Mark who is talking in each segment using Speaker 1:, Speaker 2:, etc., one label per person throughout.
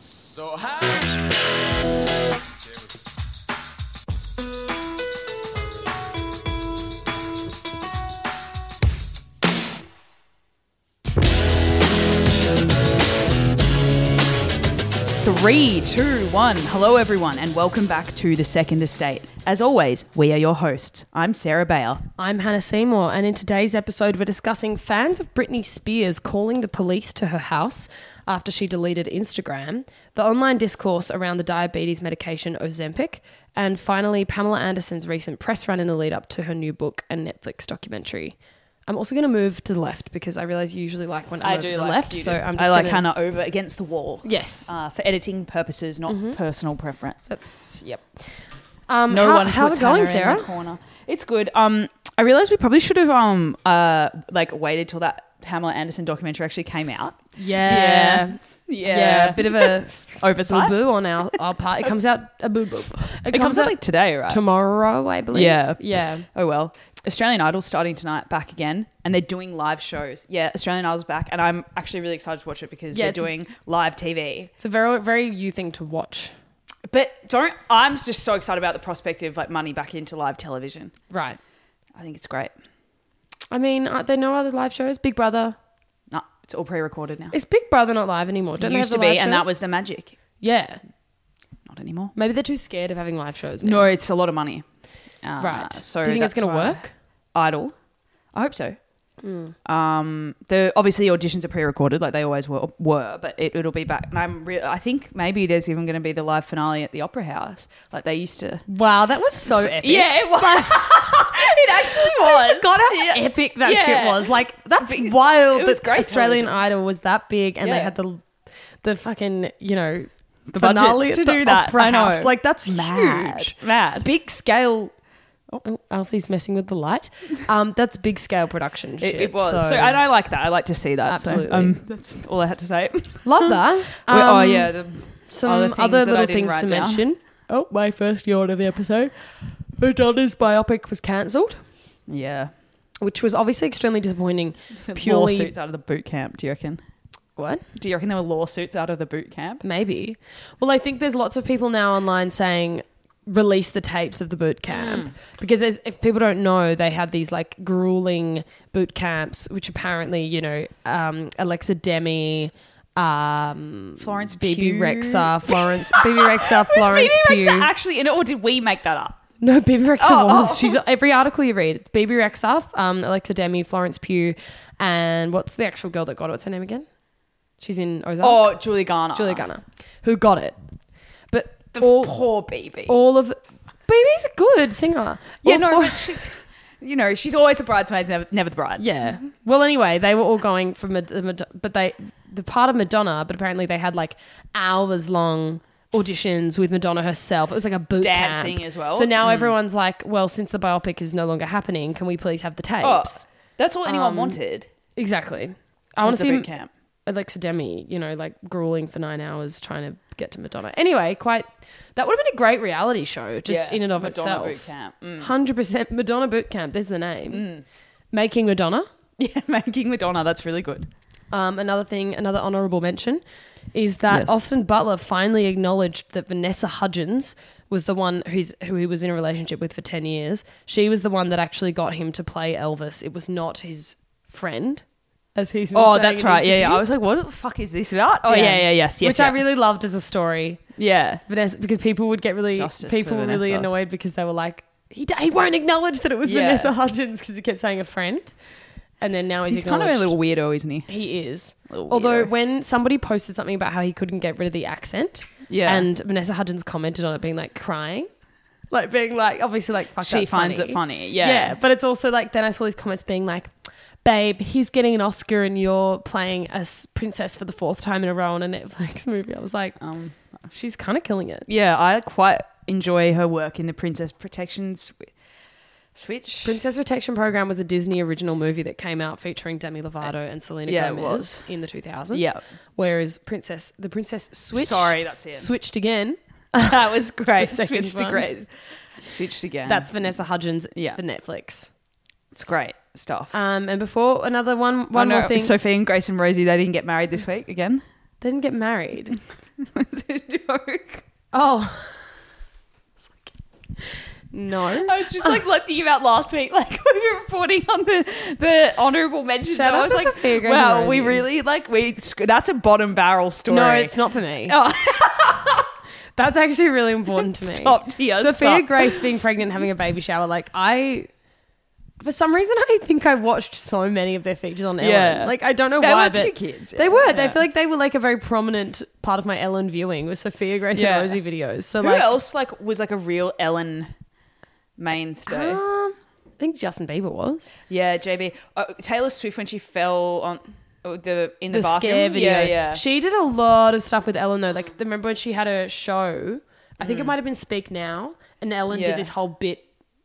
Speaker 1: So high.
Speaker 2: Three, two, one. Hello, everyone, and welcome back to the Second Estate. As always, we are your hosts. I'm Sarah Bayer.
Speaker 3: I'm Hannah Seymour, and in today's episode, we're discussing fans of Britney Spears calling the police to her house after she deleted Instagram, the online discourse around the diabetes medication Ozempic, and finally, Pamela Anderson's recent press run in the lead up to her new book and Netflix documentary. I'm also going to move to the left because I realize you usually like when I'm over to the left, so I'm just
Speaker 2: I like
Speaker 3: gonna-
Speaker 2: Hannah over against the wall.
Speaker 3: Yes.
Speaker 2: Uh, for editing purposes, not personal preference.
Speaker 3: That's, yep. Um,
Speaker 2: No
Speaker 3: how-
Speaker 2: one.
Speaker 3: how's
Speaker 2: puts
Speaker 3: it going,
Speaker 2: Hannah In the
Speaker 3: Sarah?
Speaker 2: corner. It's good. Um, I realized we probably should have um uh like waited till that Pamela Anderson documentary actually came out.
Speaker 3: Yeah.
Speaker 2: Yeah.
Speaker 3: yeah.
Speaker 2: Yeah,
Speaker 3: a bit of a
Speaker 2: oversight.
Speaker 3: boo on our, our part. It comes out a boo boo.
Speaker 2: It comes out like today, right?
Speaker 3: tomorrow, I believe.
Speaker 2: Yeah.
Speaker 3: Yeah.
Speaker 2: Oh well. Australian Idol's starting tonight back again and they're doing live shows. Yeah, Australian Idol's back and I'm actually really excited to watch it because they're
Speaker 3: Yeah, it's-
Speaker 2: doing live TV.
Speaker 3: It's a very very you thing to watch.
Speaker 2: But don't I'm just so excited about the prospect of like money back into live television.
Speaker 3: Right.
Speaker 2: I think it's great.
Speaker 3: I mean, are there no other live shows? Big Brother.
Speaker 2: No, it's all pre-recorded now.
Speaker 3: Is Big Brother not live anymore? Don't
Speaker 2: It
Speaker 3: they
Speaker 2: used
Speaker 3: have
Speaker 2: to
Speaker 3: the
Speaker 2: be
Speaker 3: live
Speaker 2: and that
Speaker 3: shows?
Speaker 2: was the magic.
Speaker 3: Yeah.
Speaker 2: Not anymore.
Speaker 3: Maybe they're too scared of having live shows. now.
Speaker 2: No, it's a lot of money. Uh,
Speaker 3: Right.
Speaker 2: So
Speaker 3: Do you think it's
Speaker 2: that's
Speaker 3: going to
Speaker 2: why-
Speaker 3: work?
Speaker 2: Idol. I hope so.
Speaker 3: Hmm.
Speaker 2: Um, the obviously the auditions are pre-recorded, like they always were, were but it, it'll be back. And I'm, re- I think maybe there's even going to be the live finale at the Opera House, like they used to.
Speaker 3: Wow, that was so epic.
Speaker 2: Oh, Yeah, it was. it actually was.
Speaker 3: I forgot how
Speaker 2: Yeah.
Speaker 3: epic that
Speaker 2: Yeah.
Speaker 3: shit was. Like that's
Speaker 2: Big-
Speaker 3: wild.
Speaker 2: it was
Speaker 3: that
Speaker 2: great
Speaker 3: Australian
Speaker 2: television.
Speaker 3: Idol was that big, and
Speaker 2: Yeah.
Speaker 3: they had the the fucking you know
Speaker 2: The
Speaker 3: finale
Speaker 2: budgets
Speaker 3: at
Speaker 2: to
Speaker 3: the
Speaker 2: do that.
Speaker 3: Opera
Speaker 2: I know.
Speaker 3: House. Like that's
Speaker 2: Mad.
Speaker 3: huge.
Speaker 2: Mad.
Speaker 3: It's big scale. Oh, Alfie's messing with the light. Um, that's big scale production.
Speaker 2: It,
Speaker 3: shit,
Speaker 2: it was. So, and I like that. I like to see that.
Speaker 3: Absolutely.
Speaker 2: So, um, that's all I had to say.
Speaker 3: love that.
Speaker 2: We- oh
Speaker 3: Um,
Speaker 2: yeah, the,
Speaker 3: some
Speaker 2: other
Speaker 3: other,
Speaker 2: things that I
Speaker 3: little
Speaker 2: didn't
Speaker 3: things to
Speaker 2: write down.
Speaker 3: mention. Oh, my first yawn of the episode. Madonna's biopic was cancelled,
Speaker 2: yeah.
Speaker 3: which was obviously extremely disappointing. Purely
Speaker 2: Lawsuits out of the boot camp. Do you reckon?
Speaker 3: what?
Speaker 2: Do you reckon there were lawsuits out of the boot camp?
Speaker 3: Maybe. Well, I think there's lots of people now online saying release the tapes of the boot camp
Speaker 2: Hmm.
Speaker 3: because as, if people don't know, they had these like grueling boot camps, which apparently, you know, um, Alexa Demi. Um,
Speaker 2: Florence
Speaker 3: BB
Speaker 2: Pugh.
Speaker 3: Rexa, Florence, BB Rexa, Florence
Speaker 2: Was BB
Speaker 3: Pugh.
Speaker 2: Rexa actually in it, or did we make that up?
Speaker 3: No, Baby Rexa
Speaker 2: Oh,
Speaker 3: was.
Speaker 2: oh.
Speaker 3: She's every article you read. Baby Rexa, um, Alexa Demi, Florence Pugh, and what's the actual girl that got it? What's her name again? She's in Ozark.
Speaker 2: Oh, Julie Garner.
Speaker 3: Julia Gunner, who got it. But
Speaker 2: The
Speaker 3: all,
Speaker 2: poor baby.
Speaker 3: all of Baby's a good singer.
Speaker 2: yeah,
Speaker 3: All
Speaker 2: no,
Speaker 3: four-
Speaker 2: but she's, you know, she's always the bridesmaid, never, never the bride.
Speaker 3: yeah. Well, anyway, they were all going from Mad- the Mad- but they the part of Madonna, but apparently they had like hours long auditions with Madonna herself. It was like a boot camp.
Speaker 2: Dancing as well. Hmm.
Speaker 3: So now everyone's like, well, since the biopic is no longer happening, can we please have the
Speaker 2: Oh,
Speaker 3: tapes?
Speaker 2: that's all anyone wanted.
Speaker 3: Exactly. um, I want
Speaker 2: was
Speaker 3: to
Speaker 2: the
Speaker 3: see
Speaker 2: boot camp.
Speaker 3: Alexa Demi, you know, like grueling for nine hours trying to get to Madonna. Anyway, quite that would have been a great reality show just
Speaker 2: Yeah,
Speaker 3: in and of
Speaker 2: Madonna
Speaker 3: itself.
Speaker 2: boot camp. Mm.
Speaker 3: Hundred percent Madonna boot camp. There's the name. Making Madonna.
Speaker 2: Yeah, making Madonna. That's really good.
Speaker 3: Um, another thing, another honourable mention is that
Speaker 2: Yes.
Speaker 3: Austin Butler finally acknowledged that Vanessa Hudgens was the one who's, who he was in a relationship with for 10 years. She was the one that actually got him to play Elvis. It was not his friend, as he's been
Speaker 2: Oh,
Speaker 3: saying
Speaker 2: that's
Speaker 3: in
Speaker 2: right. Yeah, yeah. I was
Speaker 3: interviews.
Speaker 2: like, what the fuck is this about? Oh, yeah, yeah, yes, yes.
Speaker 3: Which I
Speaker 2: yeah.
Speaker 3: really loved as a story.
Speaker 2: yeah.
Speaker 3: Vanessa, because people would get really,
Speaker 2: Justice for
Speaker 3: people were really
Speaker 2: Vanessa.
Speaker 3: annoyed because they were like, he, d- he won't acknowledge that it was
Speaker 2: Yeah.
Speaker 3: Vanessa Hudgens because he kept saying a friend. And then now he's,
Speaker 2: He's kind of a
Speaker 3: acknowledged.
Speaker 2: little weirdo, isn't he?
Speaker 3: He is.
Speaker 2: Little
Speaker 3: Although
Speaker 2: weirdo.
Speaker 3: when somebody posted something about how he couldn't get rid of the accent,
Speaker 2: Yeah.
Speaker 3: and Vanessa Hudgens commented on it, being like crying, like being like obviously like fuck.
Speaker 2: She
Speaker 3: that's
Speaker 2: finds
Speaker 3: funny.
Speaker 2: it funny. Yeah.
Speaker 3: yeah. But it's also like then I saw these comments being like, "Babe, he's getting an Oscar and you're playing a s- princess for the fourth time in a row on a Netflix movie." I was like,
Speaker 2: Um,
Speaker 3: "She's kind of killing it."
Speaker 2: yeah, I quite enjoy her work in the Princess Protection Swi- Switch.
Speaker 3: Princess Protection Program was a Disney original movie that came out featuring Demi Lovato and Selena
Speaker 2: Yeah, it
Speaker 3: Gomez
Speaker 2: was.
Speaker 3: in the 2000s.
Speaker 2: Yeah.
Speaker 3: Whereas Princess, the Princess Switch,
Speaker 2: Sorry, that's it.
Speaker 3: switched again.
Speaker 2: that was great.
Speaker 3: The second
Speaker 2: Switched to
Speaker 3: one.
Speaker 2: great. Switched again.
Speaker 3: That's Vanessa Hudgens
Speaker 2: Uh, Yeah.
Speaker 3: for Netflix.
Speaker 2: it's great stuff.
Speaker 3: Um, and before another one,
Speaker 2: Uh, One
Speaker 3: one more thing.
Speaker 2: Sophie and Grace and Rosie, they didn't get married this week again.
Speaker 3: They didn't get married.
Speaker 2: it's a joke.
Speaker 3: Oh. It's like, no.
Speaker 2: I was just like like thinking about last week, like we were reporting on the the honourable mentions.
Speaker 3: Shout
Speaker 2: and I
Speaker 3: out
Speaker 2: was
Speaker 3: to
Speaker 2: like,
Speaker 3: Sophia Grace
Speaker 2: wow, we
Speaker 3: Moreau.
Speaker 2: really like we. sc- That's a bottom barrel story.
Speaker 3: No, it's not for me.
Speaker 2: Oh.
Speaker 3: That's actually really important to me.
Speaker 2: Top tier,
Speaker 3: Sophia
Speaker 2: stop.
Speaker 3: Grace being pregnant and having a baby shower, like I for some reason I think I watched so many of their features on Ellen.
Speaker 2: Yeah.
Speaker 3: Like I don't know
Speaker 2: They
Speaker 3: why,
Speaker 2: were cute
Speaker 3: but
Speaker 2: kids,
Speaker 3: they
Speaker 2: yeah,
Speaker 3: were. They
Speaker 2: yeah.
Speaker 3: feel like they were like a very prominent part of my Ellen viewing with Sophia Grace
Speaker 2: Yeah.
Speaker 3: and Rosie videos. So
Speaker 2: Who
Speaker 3: like
Speaker 2: else like was like a real Ellen mainstay?
Speaker 3: um, I think Justin Bieber was.
Speaker 2: yeah, JB. Uh, Taylor Swift when she fell on oh, the in the,
Speaker 3: the
Speaker 2: bathroom.
Speaker 3: scare video.
Speaker 2: Yeah, yeah.
Speaker 3: She did a lot of stuff with Ellen though. Like the- remember when she had a show? I think it might have been Speak Now, and Ellen
Speaker 2: Mm. Yeah.
Speaker 3: did this whole bit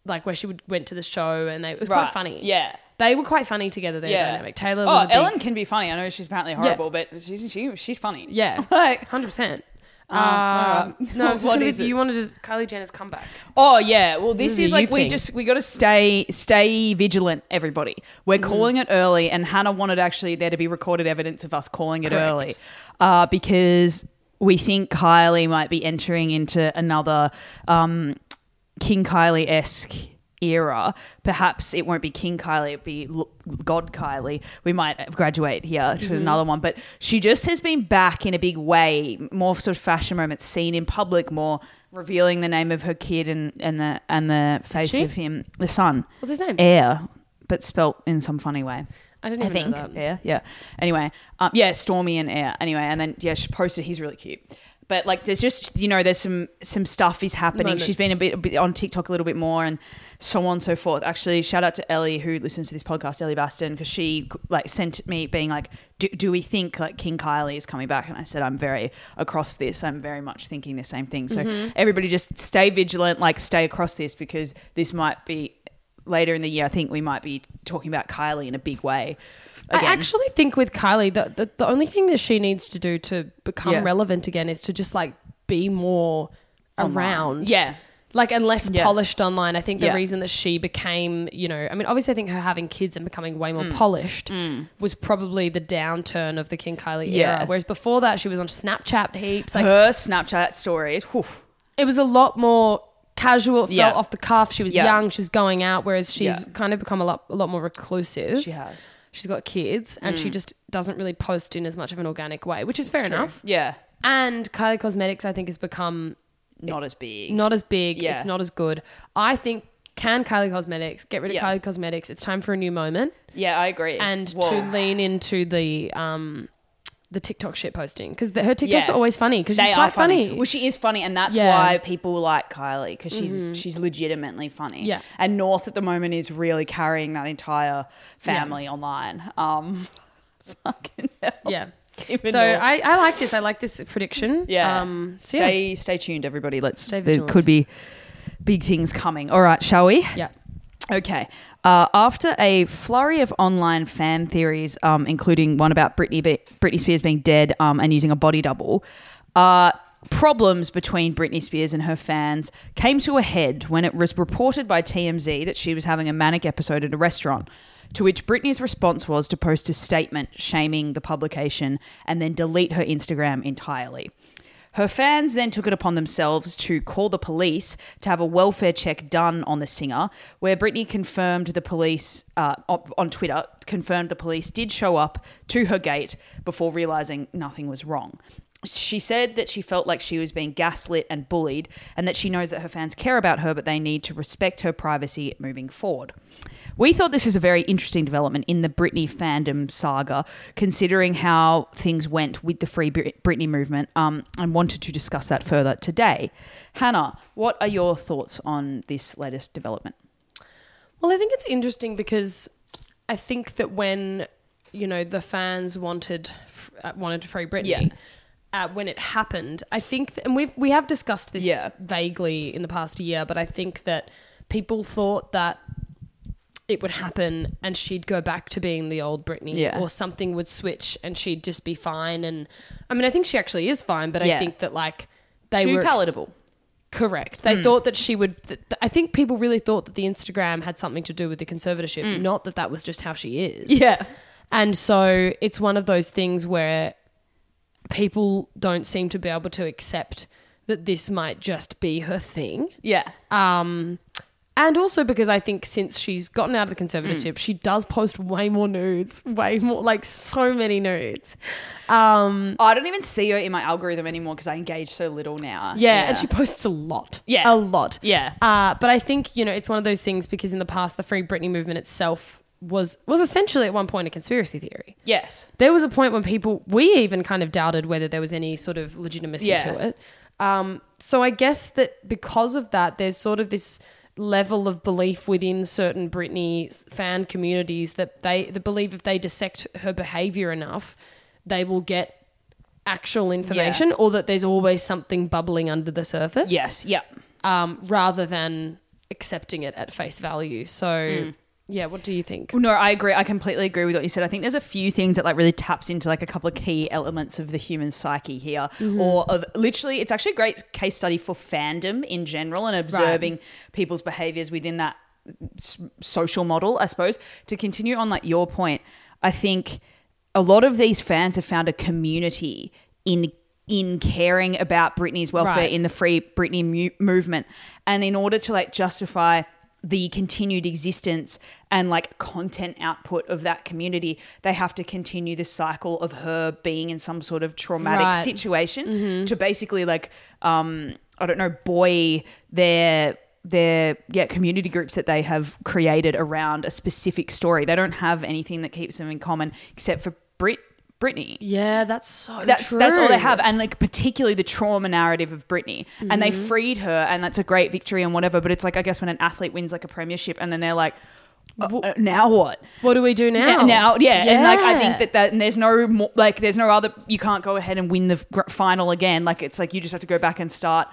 Speaker 3: like where she would went to the show and they it was quite
Speaker 2: Right,
Speaker 3: funny.
Speaker 2: Yeah.
Speaker 3: They were quite funny together. Their
Speaker 2: Yeah.
Speaker 3: dynamic. Taylor.
Speaker 2: Oh,
Speaker 3: was a
Speaker 2: Ellen
Speaker 3: Big,
Speaker 2: can be funny. I know she's apparently horrible, but she's she, she's funny.
Speaker 3: yeah.
Speaker 2: Like,
Speaker 3: Hundred percent. Um,
Speaker 2: alright.
Speaker 3: No, I was just
Speaker 2: What
Speaker 3: gonna
Speaker 2: is
Speaker 3: be,
Speaker 2: it?
Speaker 3: you wanted to, Kylie Jenner's comeback.
Speaker 2: Oh yeah. Well, this,
Speaker 3: This is
Speaker 2: is
Speaker 3: a
Speaker 2: like
Speaker 3: you
Speaker 2: we
Speaker 3: thing.
Speaker 2: just we got to stay stay vigilant, everybody. We're
Speaker 3: Mm.
Speaker 2: calling it early, and Hannah wanted actually there to be recorded evidence of us calling it
Speaker 3: Correct.
Speaker 2: early, uh, because we think Kylie might be entering into another um, King Kylie esque era. Perhaps it won't be King Kylie, it'll be L- God Kylie. We might graduate here to another one. But she just has been back in a big way, more sort of fashion moments, seen in public more, revealing the name of her kid and, and the and the face
Speaker 3: she?
Speaker 2: of him, the son,
Speaker 3: What's his name?
Speaker 2: heir, but spelt in some funny way.
Speaker 3: I didn't
Speaker 2: I
Speaker 3: even
Speaker 2: think.
Speaker 3: know that.
Speaker 2: Yeah, yeah. Anyway, um, yeah, Stormy and Air. Anyway, and then yeah, she posted. He's really cute. But like, there's just you know, there's some some stuff is happening. She's been a bit, a bit on TikTok a little bit more, and so on and so forth. Actually, shout out to Ellie who listens to this podcast, Ellie Baston, because she like sent me being like, do, "Do we think like King Kylie is coming back?" And I said, "I'm very across this. I'm very much thinking the same thing." So
Speaker 3: Mm-hmm.
Speaker 2: everybody, just stay vigilant, like stay across this because this might be later in the year. I think we might be talking about Kylie in a big way.
Speaker 3: I actually think with Kylie, the, the the only thing that she needs to do to become
Speaker 2: Yeah.
Speaker 3: relevant again is to just like be more around.
Speaker 2: Yeah.
Speaker 3: Like and less
Speaker 2: Yeah.
Speaker 3: polished online. I think the
Speaker 2: Yeah.
Speaker 3: reason that she became, you know, I mean, obviously, I think her having kids and becoming way
Speaker 2: Hmm.
Speaker 3: more polished was probably the downturn of the King Kylie
Speaker 2: Yeah.
Speaker 3: era. Whereas before that, she was on Snapchat heaps. Like
Speaker 2: Her Snapchat stories. Woof.
Speaker 3: it was a lot more casual. It felt
Speaker 2: Yeah.
Speaker 3: off the cuff. She was
Speaker 2: Yeah.
Speaker 3: young. She was going out. Whereas she's
Speaker 2: Yeah.
Speaker 3: kind of become a lot, a lot more reclusive.
Speaker 2: She Mm. has.
Speaker 3: She's got kids and she just doesn't really post in as much of an organic way, which is fair enough.
Speaker 2: Yeah.
Speaker 3: And Kylie Cosmetics, I think, has become
Speaker 2: Not as big.
Speaker 3: not as big.
Speaker 2: Yeah.
Speaker 3: It's not as good. I think can Kylie Cosmetics get rid of
Speaker 2: Yeah.
Speaker 3: Kylie Cosmetics? It's time for a new moment
Speaker 2: Yeah, I agree.
Speaker 3: and
Speaker 2: Whoa.
Speaker 3: to lean into the um the TikTok shit posting because her TikToks
Speaker 2: Yeah.
Speaker 3: are always funny because she's
Speaker 2: They
Speaker 3: quite
Speaker 2: are funny.
Speaker 3: funny.
Speaker 2: Well, she is funny, and that's
Speaker 3: Yeah.
Speaker 2: why people like Kylie because she's she's legitimately funny.
Speaker 3: Yeah.
Speaker 2: And North at the moment is really carrying that entire family online. Um, fucking hell.
Speaker 3: yeah.
Speaker 2: Even
Speaker 3: So
Speaker 2: more.
Speaker 3: I, I like this. I like this prediction.
Speaker 2: Yeah.
Speaker 3: Um, so yeah.
Speaker 2: stay stay tuned, everybody. Let's.
Speaker 3: Stay
Speaker 2: there
Speaker 3: vigilant.
Speaker 2: could be big things coming. All right, shall we?
Speaker 3: Yeah.
Speaker 2: Okay. Uh, after a flurry of online fan theories, um, including one about Britney, be- Britney Spears being dead um, and using a body double, uh, problems between Britney Spears and her fans came to a head when it was reported by TMZ that she was having a manic episode at a restaurant. To which Britney's response was to post a statement shaming the publication and then delete her Instagram entirely. Her fans then took it upon themselves to call the police to have a welfare check done on the singer, where Britney confirmed the police uh, op- on Twitter, confirmed the police did show up to her gate before realizing nothing was wrong. She said that she felt like she was being gaslit and bullied, and that she knows that her fans care about her, but they need to respect her privacy moving forward. We thought this is a very interesting development in the Britney fandom saga, considering how things went with the Free Brit- Britney movement, um, and wanted to discuss that further today. Hannah, what are your thoughts on this latest development?
Speaker 3: Well, I think it's interesting because I think that when you know the fans wanted uh, wanted to free Britney.
Speaker 2: Yeah.
Speaker 3: Uh, when it happened, I think, th- and we we have discussed this
Speaker 2: Yeah.
Speaker 3: vaguely in the past year, but I think that people thought that it would happen and she'd go back to being the old Britney,
Speaker 2: Yeah.
Speaker 3: or something would switch and she'd just be fine. And I mean, I think she actually is fine, but I
Speaker 2: Yeah.
Speaker 3: think that like they
Speaker 2: Too
Speaker 3: were ex-
Speaker 2: palatable.
Speaker 3: Correct. They thought that she would. Th- th- I think people really thought that the Instagram had something to do with the conservatorship, not that that was just how she is. And so it's one of those things where people don't seem to be able to accept that this might just be her thing.
Speaker 2: Yeah.
Speaker 3: Um, and also because I think since she's gotten out of the conservatorship, she does post way more nudes, way more, like so many nudes. Um,
Speaker 2: I don't even see her in my algorithm anymore because I engage so little now.
Speaker 3: yeah, and she posts a lot.
Speaker 2: Yeah.
Speaker 3: A lot.
Speaker 2: Yeah.
Speaker 3: Uh, but I think, you know, it's one of those things because in the past, the Free Britney movement itself was was essentially at one point a conspiracy theory.
Speaker 2: Yes.
Speaker 3: there was a point when people we even kind of doubted whether there was any sort of legitimacy
Speaker 2: Yeah.
Speaker 3: to it um, so i guess that because of that there's sort of this level of belief within certain britney fan communities that they that believe if they dissect her behavior enough they will get actual information or that there's always something bubbling under the surface
Speaker 2: Yes. Yeah.
Speaker 3: um, rather than accepting it at face value so yeah what do you think
Speaker 2: No, I agree. I completely agree with what you said. I think there's a few things that like really taps into like a couple of key elements of the human psyche here, or of literally, it's actually a great case study for fandom in general and observing people's behaviors within that s- social model, I suppose. To continue on like your point, I think a lot of these fans have found a community in in caring about Britney's welfare
Speaker 3: Right.
Speaker 2: in the free Britney mu- movement, and in order to like justify the continued existence and like content output of that community, they have to continue the cycle of her being in some sort of traumatic
Speaker 3: Right. Mm-hmm.
Speaker 2: situation to basically like um I don't know boy their their yeah community groups that they have created around a specific story. They don't have anything that keeps them in common except for Brit Britney
Speaker 3: yeah that's so
Speaker 2: that's that's all
Speaker 3: true.
Speaker 2: they have and like particularly the trauma narrative of Britney and they freed her and that's a great victory and whatever but it's like I guess when an athlete wins like a premiership and then they're like uh, uh, now what
Speaker 3: what do we do now
Speaker 2: now, now yeah. and like I
Speaker 3: Yeah.
Speaker 2: think that that and there's no more like there's no other you can't go ahead and win the gr- final again like it's like you just have to go back and start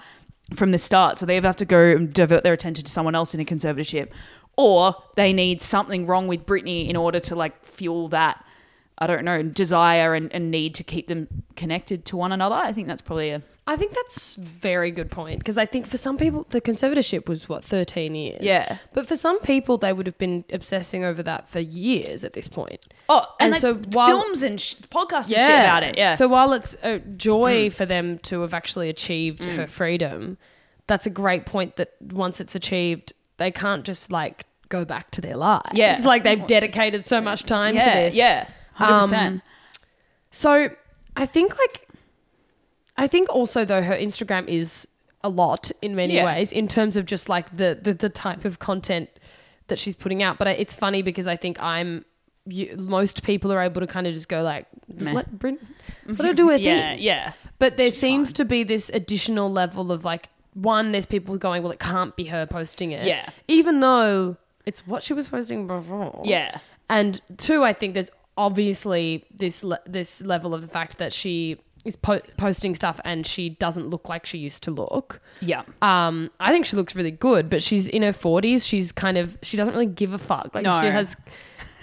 Speaker 2: from the start so they have to go and divert their attention to someone else in a conservatorship or they need something wrong with Britney in order to like fuel that I don't know desire and, and need to keep them connected to one another I think that's probably a
Speaker 3: I think that's a very good point because I think for some people the conservatorship was what 13 years.
Speaker 2: Yeah.
Speaker 3: But for some people they would have been obsessing over that for years at this point.
Speaker 2: oh
Speaker 3: and
Speaker 2: and,
Speaker 3: so
Speaker 2: so
Speaker 3: while-
Speaker 2: films and sh- podcasts and shit about it yeah Mm.
Speaker 3: So while it's a joy for them to have actually achieved her freedom, that's a great point that once it's achieved they can't just like go back to their lives.
Speaker 2: Yeah.
Speaker 3: It's like they've dedicated so much time
Speaker 2: yeah
Speaker 3: to this.
Speaker 2: yeah 100%
Speaker 3: So I think like I think also though her Instagram is a lot in many
Speaker 2: Yeah.
Speaker 3: ways in terms of just like the, the the type of content that she's putting out. But I- it's funny because I think I'm you, most people are able to kind of just go like just
Speaker 2: Meh.
Speaker 3: let Brit just let her do her
Speaker 2: yeah
Speaker 3: thing.
Speaker 2: yeah
Speaker 3: But there seems to be this additional level of like one, there's people going, well, it can't be her posting it,
Speaker 2: Yeah.
Speaker 3: even though it's what she was posting before,
Speaker 2: yeah
Speaker 3: and two, I think there's obviously this le- this level of the fact that she is po- posting stuff and she doesn't look like she used to look.
Speaker 2: yeah
Speaker 3: Um, I think she looks really good, but she's in her forties. She's kind of she doesn't really give a fuck. Like
Speaker 2: No.
Speaker 3: she has,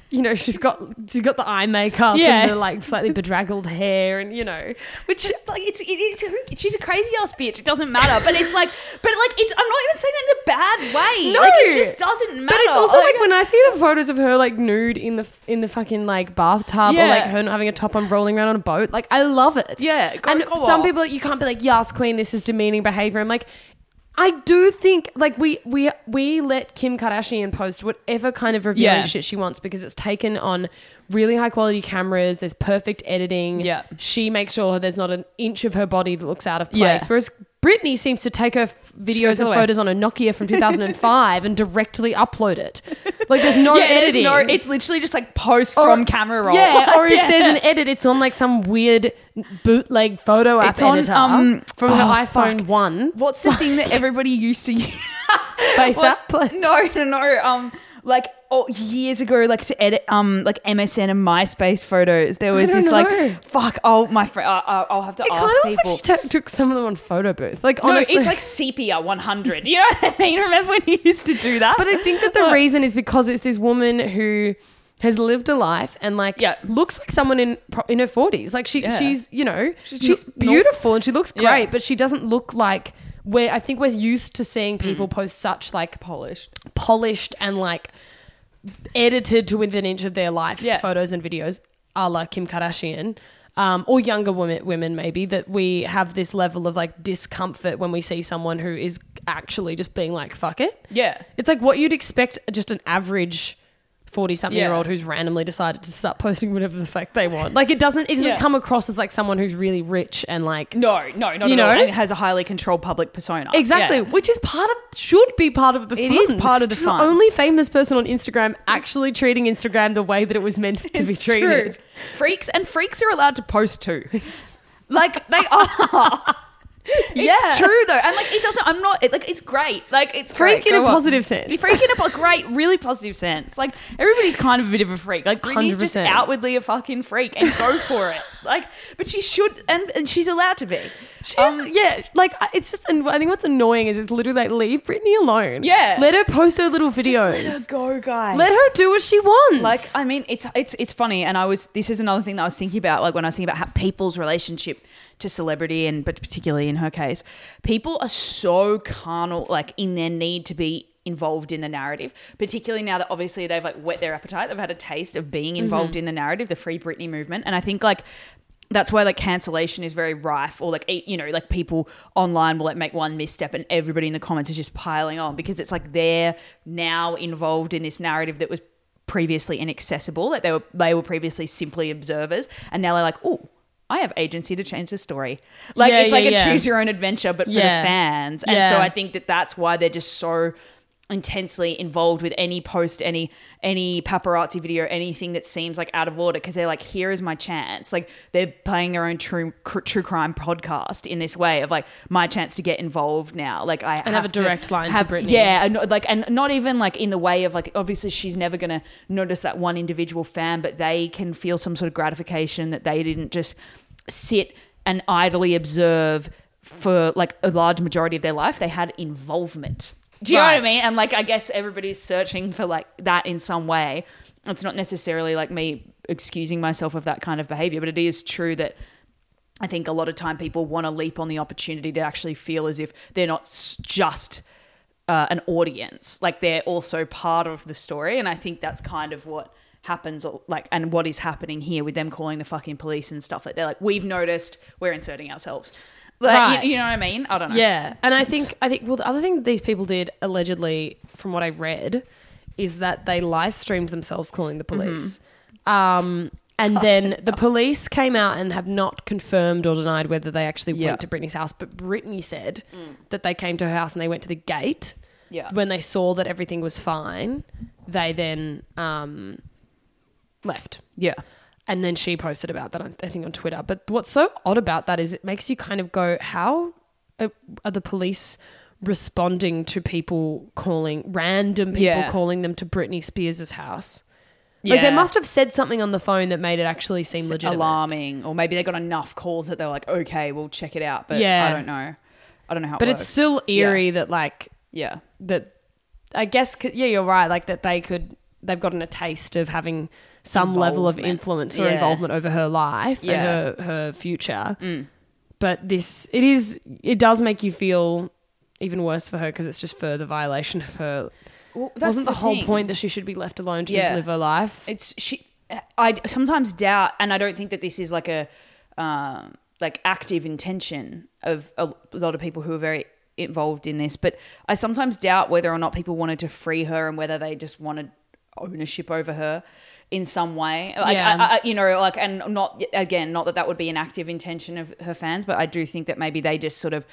Speaker 3: you know, she's got she's got the eye makeup
Speaker 2: Yeah.
Speaker 3: and the like slightly bedraggled hair, and you know,
Speaker 2: Which like it's it, it's who- she's a crazy ass bitch. It doesn't matter. But it's like but like it's I'm not even saying that in a bad way.
Speaker 3: No.
Speaker 2: like it just doesn't matter.
Speaker 3: But it's also like when I see the photos of her like nude in the in the fucking like bathtub or
Speaker 2: Yeah.
Speaker 3: like her not having a top on rolling around on a boat. Like I love it.
Speaker 2: Yeah, go-
Speaker 3: and
Speaker 2: go
Speaker 3: some
Speaker 2: off.
Speaker 3: people you can't be like, "Yes, queen, this is demeaning behavior." I'm like, I do think like we we we let Kim Kardashian post whatever kind of revealing
Speaker 2: Yeah.
Speaker 3: shit she wants because it's taken on really high quality cameras. There's perfect editing.
Speaker 2: Yeah.
Speaker 3: she makes sure there's not an inch of her body that looks out of place.
Speaker 2: Yeah.
Speaker 3: Whereas Britney seems to take her f- videos
Speaker 2: goes
Speaker 3: and
Speaker 2: away.
Speaker 3: photos on a Nokia from 2005 and directly upload it. Like there's no
Speaker 2: yeah, there's
Speaker 3: editing.
Speaker 2: no it's literally just like post
Speaker 3: Or-
Speaker 2: from camera roll.
Speaker 3: Yeah, or if
Speaker 2: Yeah.
Speaker 3: there's an edit, it's on like some weird bootleg photo app
Speaker 2: It's on,
Speaker 3: editor
Speaker 2: um,
Speaker 3: from her
Speaker 2: oh,
Speaker 3: iPhone one.
Speaker 2: What's the thing that everybody used to use?
Speaker 3: Face app.
Speaker 2: What's- No, no, no. Um, like oh, years ago, like to edit um like MSN and MySpace photos, there was
Speaker 3: don't
Speaker 2: this
Speaker 3: know.
Speaker 2: like fuck. Oh my friend, uh, uh, I'll have to
Speaker 3: It kind of
Speaker 2: ask
Speaker 3: looks
Speaker 2: people.
Speaker 3: like she t- took some of them on photo booth. Like
Speaker 2: no,
Speaker 3: honestly,
Speaker 2: it's like sepia 100. You know what I mean? Remember when you used to do that?
Speaker 3: But I think that the reason is because it's this woman who has lived a life and like
Speaker 2: Yeah.
Speaker 3: looks like someone in pro- in her forties. Like she
Speaker 2: Yeah.
Speaker 3: she's you know she's,
Speaker 2: She's not-
Speaker 3: beautiful and she looks
Speaker 2: Yeah.
Speaker 3: great, but she doesn't look like where I think we're used to seeing people post such like
Speaker 2: Mm. polished.
Speaker 3: polished and like edited to within an inch of their life
Speaker 2: Yeah.
Speaker 3: photos and videos, a la Kim Kardashian. um, or younger women, women maybe, that we have this level of like discomfort when we see someone who is actually just being like, fuck it.
Speaker 2: Yeah.
Speaker 3: It's like what you'd expect just an average 40 something year old
Speaker 2: Yeah.
Speaker 3: who's randomly decided to start posting whatever the fuck they want. Like it doesn't it doesn't
Speaker 2: Yeah.
Speaker 3: come across as like someone who's really rich and like
Speaker 2: No, no, not
Speaker 3: You
Speaker 2: at
Speaker 3: know?
Speaker 2: all. And it has a highly controlled public persona.
Speaker 3: Exactly,
Speaker 2: Yeah.
Speaker 3: which is part of should be part of the fun.
Speaker 2: It is part of the
Speaker 3: She's
Speaker 2: fun.
Speaker 3: The only famous person on Instagram actually treating Instagram the way that it was meant to be
Speaker 2: It's true.
Speaker 3: treated.
Speaker 2: Freaks and freaks are allowed to post too. like they are. It's true though, and like it doesn't. I'm not. It, like it's great. Like it's
Speaker 3: Freak
Speaker 2: great.
Speaker 3: in a
Speaker 2: Go on.
Speaker 3: positive sense.
Speaker 2: Freak in a po- great, really positive sense. Like everybody's kind of a bit of a freak. Like Britney's just
Speaker 3: 100%.
Speaker 2: outwardly a fucking freak, and go for it. Like, but she should, and, and she's allowed to be. Um,
Speaker 3: She's, yeah, like I- it's just. And I think what's annoying is it's literally like leave Britney alone.
Speaker 2: Yeah.
Speaker 3: let her post her little videos.
Speaker 2: Just
Speaker 3: let, her
Speaker 2: go, guys.
Speaker 3: do what she wants.
Speaker 2: Like, I mean, it's it's it's funny, and I was. This is another thing that I was thinking about, like when I was thinking about how people's relationship to celebrity, and but particularly in her case, people are so carnal, like in their need to be involved in the narrative. Particularly now that obviously they've like whet their appetite, they've had a taste of being involved in the narrative, the Free Britney movement, and I think like. That's why like cancellation is very rife, or like e- you know, like people online will like make one misstep, and everybody in the comments is just piling on because it's like they're now involved in this narrative that was previously inaccessible. Like they were they were previously simply observers, and now they're like, oh, I have agency to change the story. Like
Speaker 3: Yeah,
Speaker 2: it's like
Speaker 3: yeah,
Speaker 2: a
Speaker 3: yeah.
Speaker 2: choose your own adventure, but for
Speaker 3: Yeah.
Speaker 2: the fans. And
Speaker 3: Yeah.
Speaker 2: so I think that that's why they're just so intensely involved with any post any any paparazzi video anything that seems like out of order because they're like here is my chance like they're playing their own true cr- true crime podcast in this way of like my chance to get involved now like i
Speaker 3: have a
Speaker 2: to
Speaker 3: direct line to Britney.
Speaker 2: yeah yeah, and like, and not even like in the way of like, obviously she's never gonna notice that one individual fan, but they can feel some sort of gratification that they didn't just sit and idly observe for like a large majority of their life. They had involvement. Do you know what I
Speaker 3: Right.
Speaker 2: mean? And like, I guess everybody's searching for like that in some way. It's not necessarily like me excusing myself of that kind of behavior, but it is true that I think a lot of time people want to leap on the opportunity to actually feel as if they're not s- just uh, an audience, like they're also part of the story. And I think that's kind of what happens, like, and what is happening here with them calling the fucking police and stuff. Like they're like, we've noticed, we're inserting ourselves. Like, you-
Speaker 3: Right.
Speaker 2: you, know what I mean? I don't know.
Speaker 3: Yeah, and I think I think well the other thing that these people did allegedly, from what I read, is that they live streamed themselves calling the
Speaker 2: Mm-hmm.
Speaker 3: police. Um, and then the police came out and have not confirmed or denied whether they actually
Speaker 2: Yeah. Mm.
Speaker 3: went to Britney's house. But Britney said that they came to her house and they went to the gate.
Speaker 2: Yeah.
Speaker 3: When they saw that everything was fine, they then um, left.
Speaker 2: Yeah.
Speaker 3: And then she posted about that, on- I think, on Twitter. But what's so odd about that is it makes you kind of go, how are are the police responding to people calling, random people
Speaker 2: Yeah.
Speaker 3: calling them to Britney Spears' house? Like, they
Speaker 2: Yeah.
Speaker 3: must have said something on the phone that made it actually seem legitimate.
Speaker 2: Alarming. Or maybe they got enough calls that they're like, okay, we'll check it out. But
Speaker 3: Yeah.
Speaker 2: I don't know. I don't know how
Speaker 3: But
Speaker 2: it
Speaker 3: it's
Speaker 2: works.
Speaker 3: still eerie that, like,
Speaker 2: Yeah.
Speaker 3: that I guess, 'cause- yeah, you're right. Like, that they could, they've gotten a taste of having some level of
Speaker 2: Involvement.
Speaker 3: influence or
Speaker 2: Yeah.
Speaker 3: involvement over her life
Speaker 2: Yeah.
Speaker 3: and her, her future. but this it is it does make you feel even worse for her because it's just further violation of her
Speaker 2: Well, that's
Speaker 3: wasn't the, whole
Speaker 2: thing.
Speaker 3: point that she should be left alone to just
Speaker 2: Yeah.
Speaker 3: live her life
Speaker 2: It's she. I sometimes doubt, and I don't think that this is like a um, like active intention of a lot of people who are very involved in this. But I sometimes doubt whether or not people wanted to free her and whether they just wanted ownership over her in some way. Like
Speaker 3: Yeah.
Speaker 2: I, I, you know, like and not again, not that that would be an active intention of her fans, but I do think that maybe they just sort of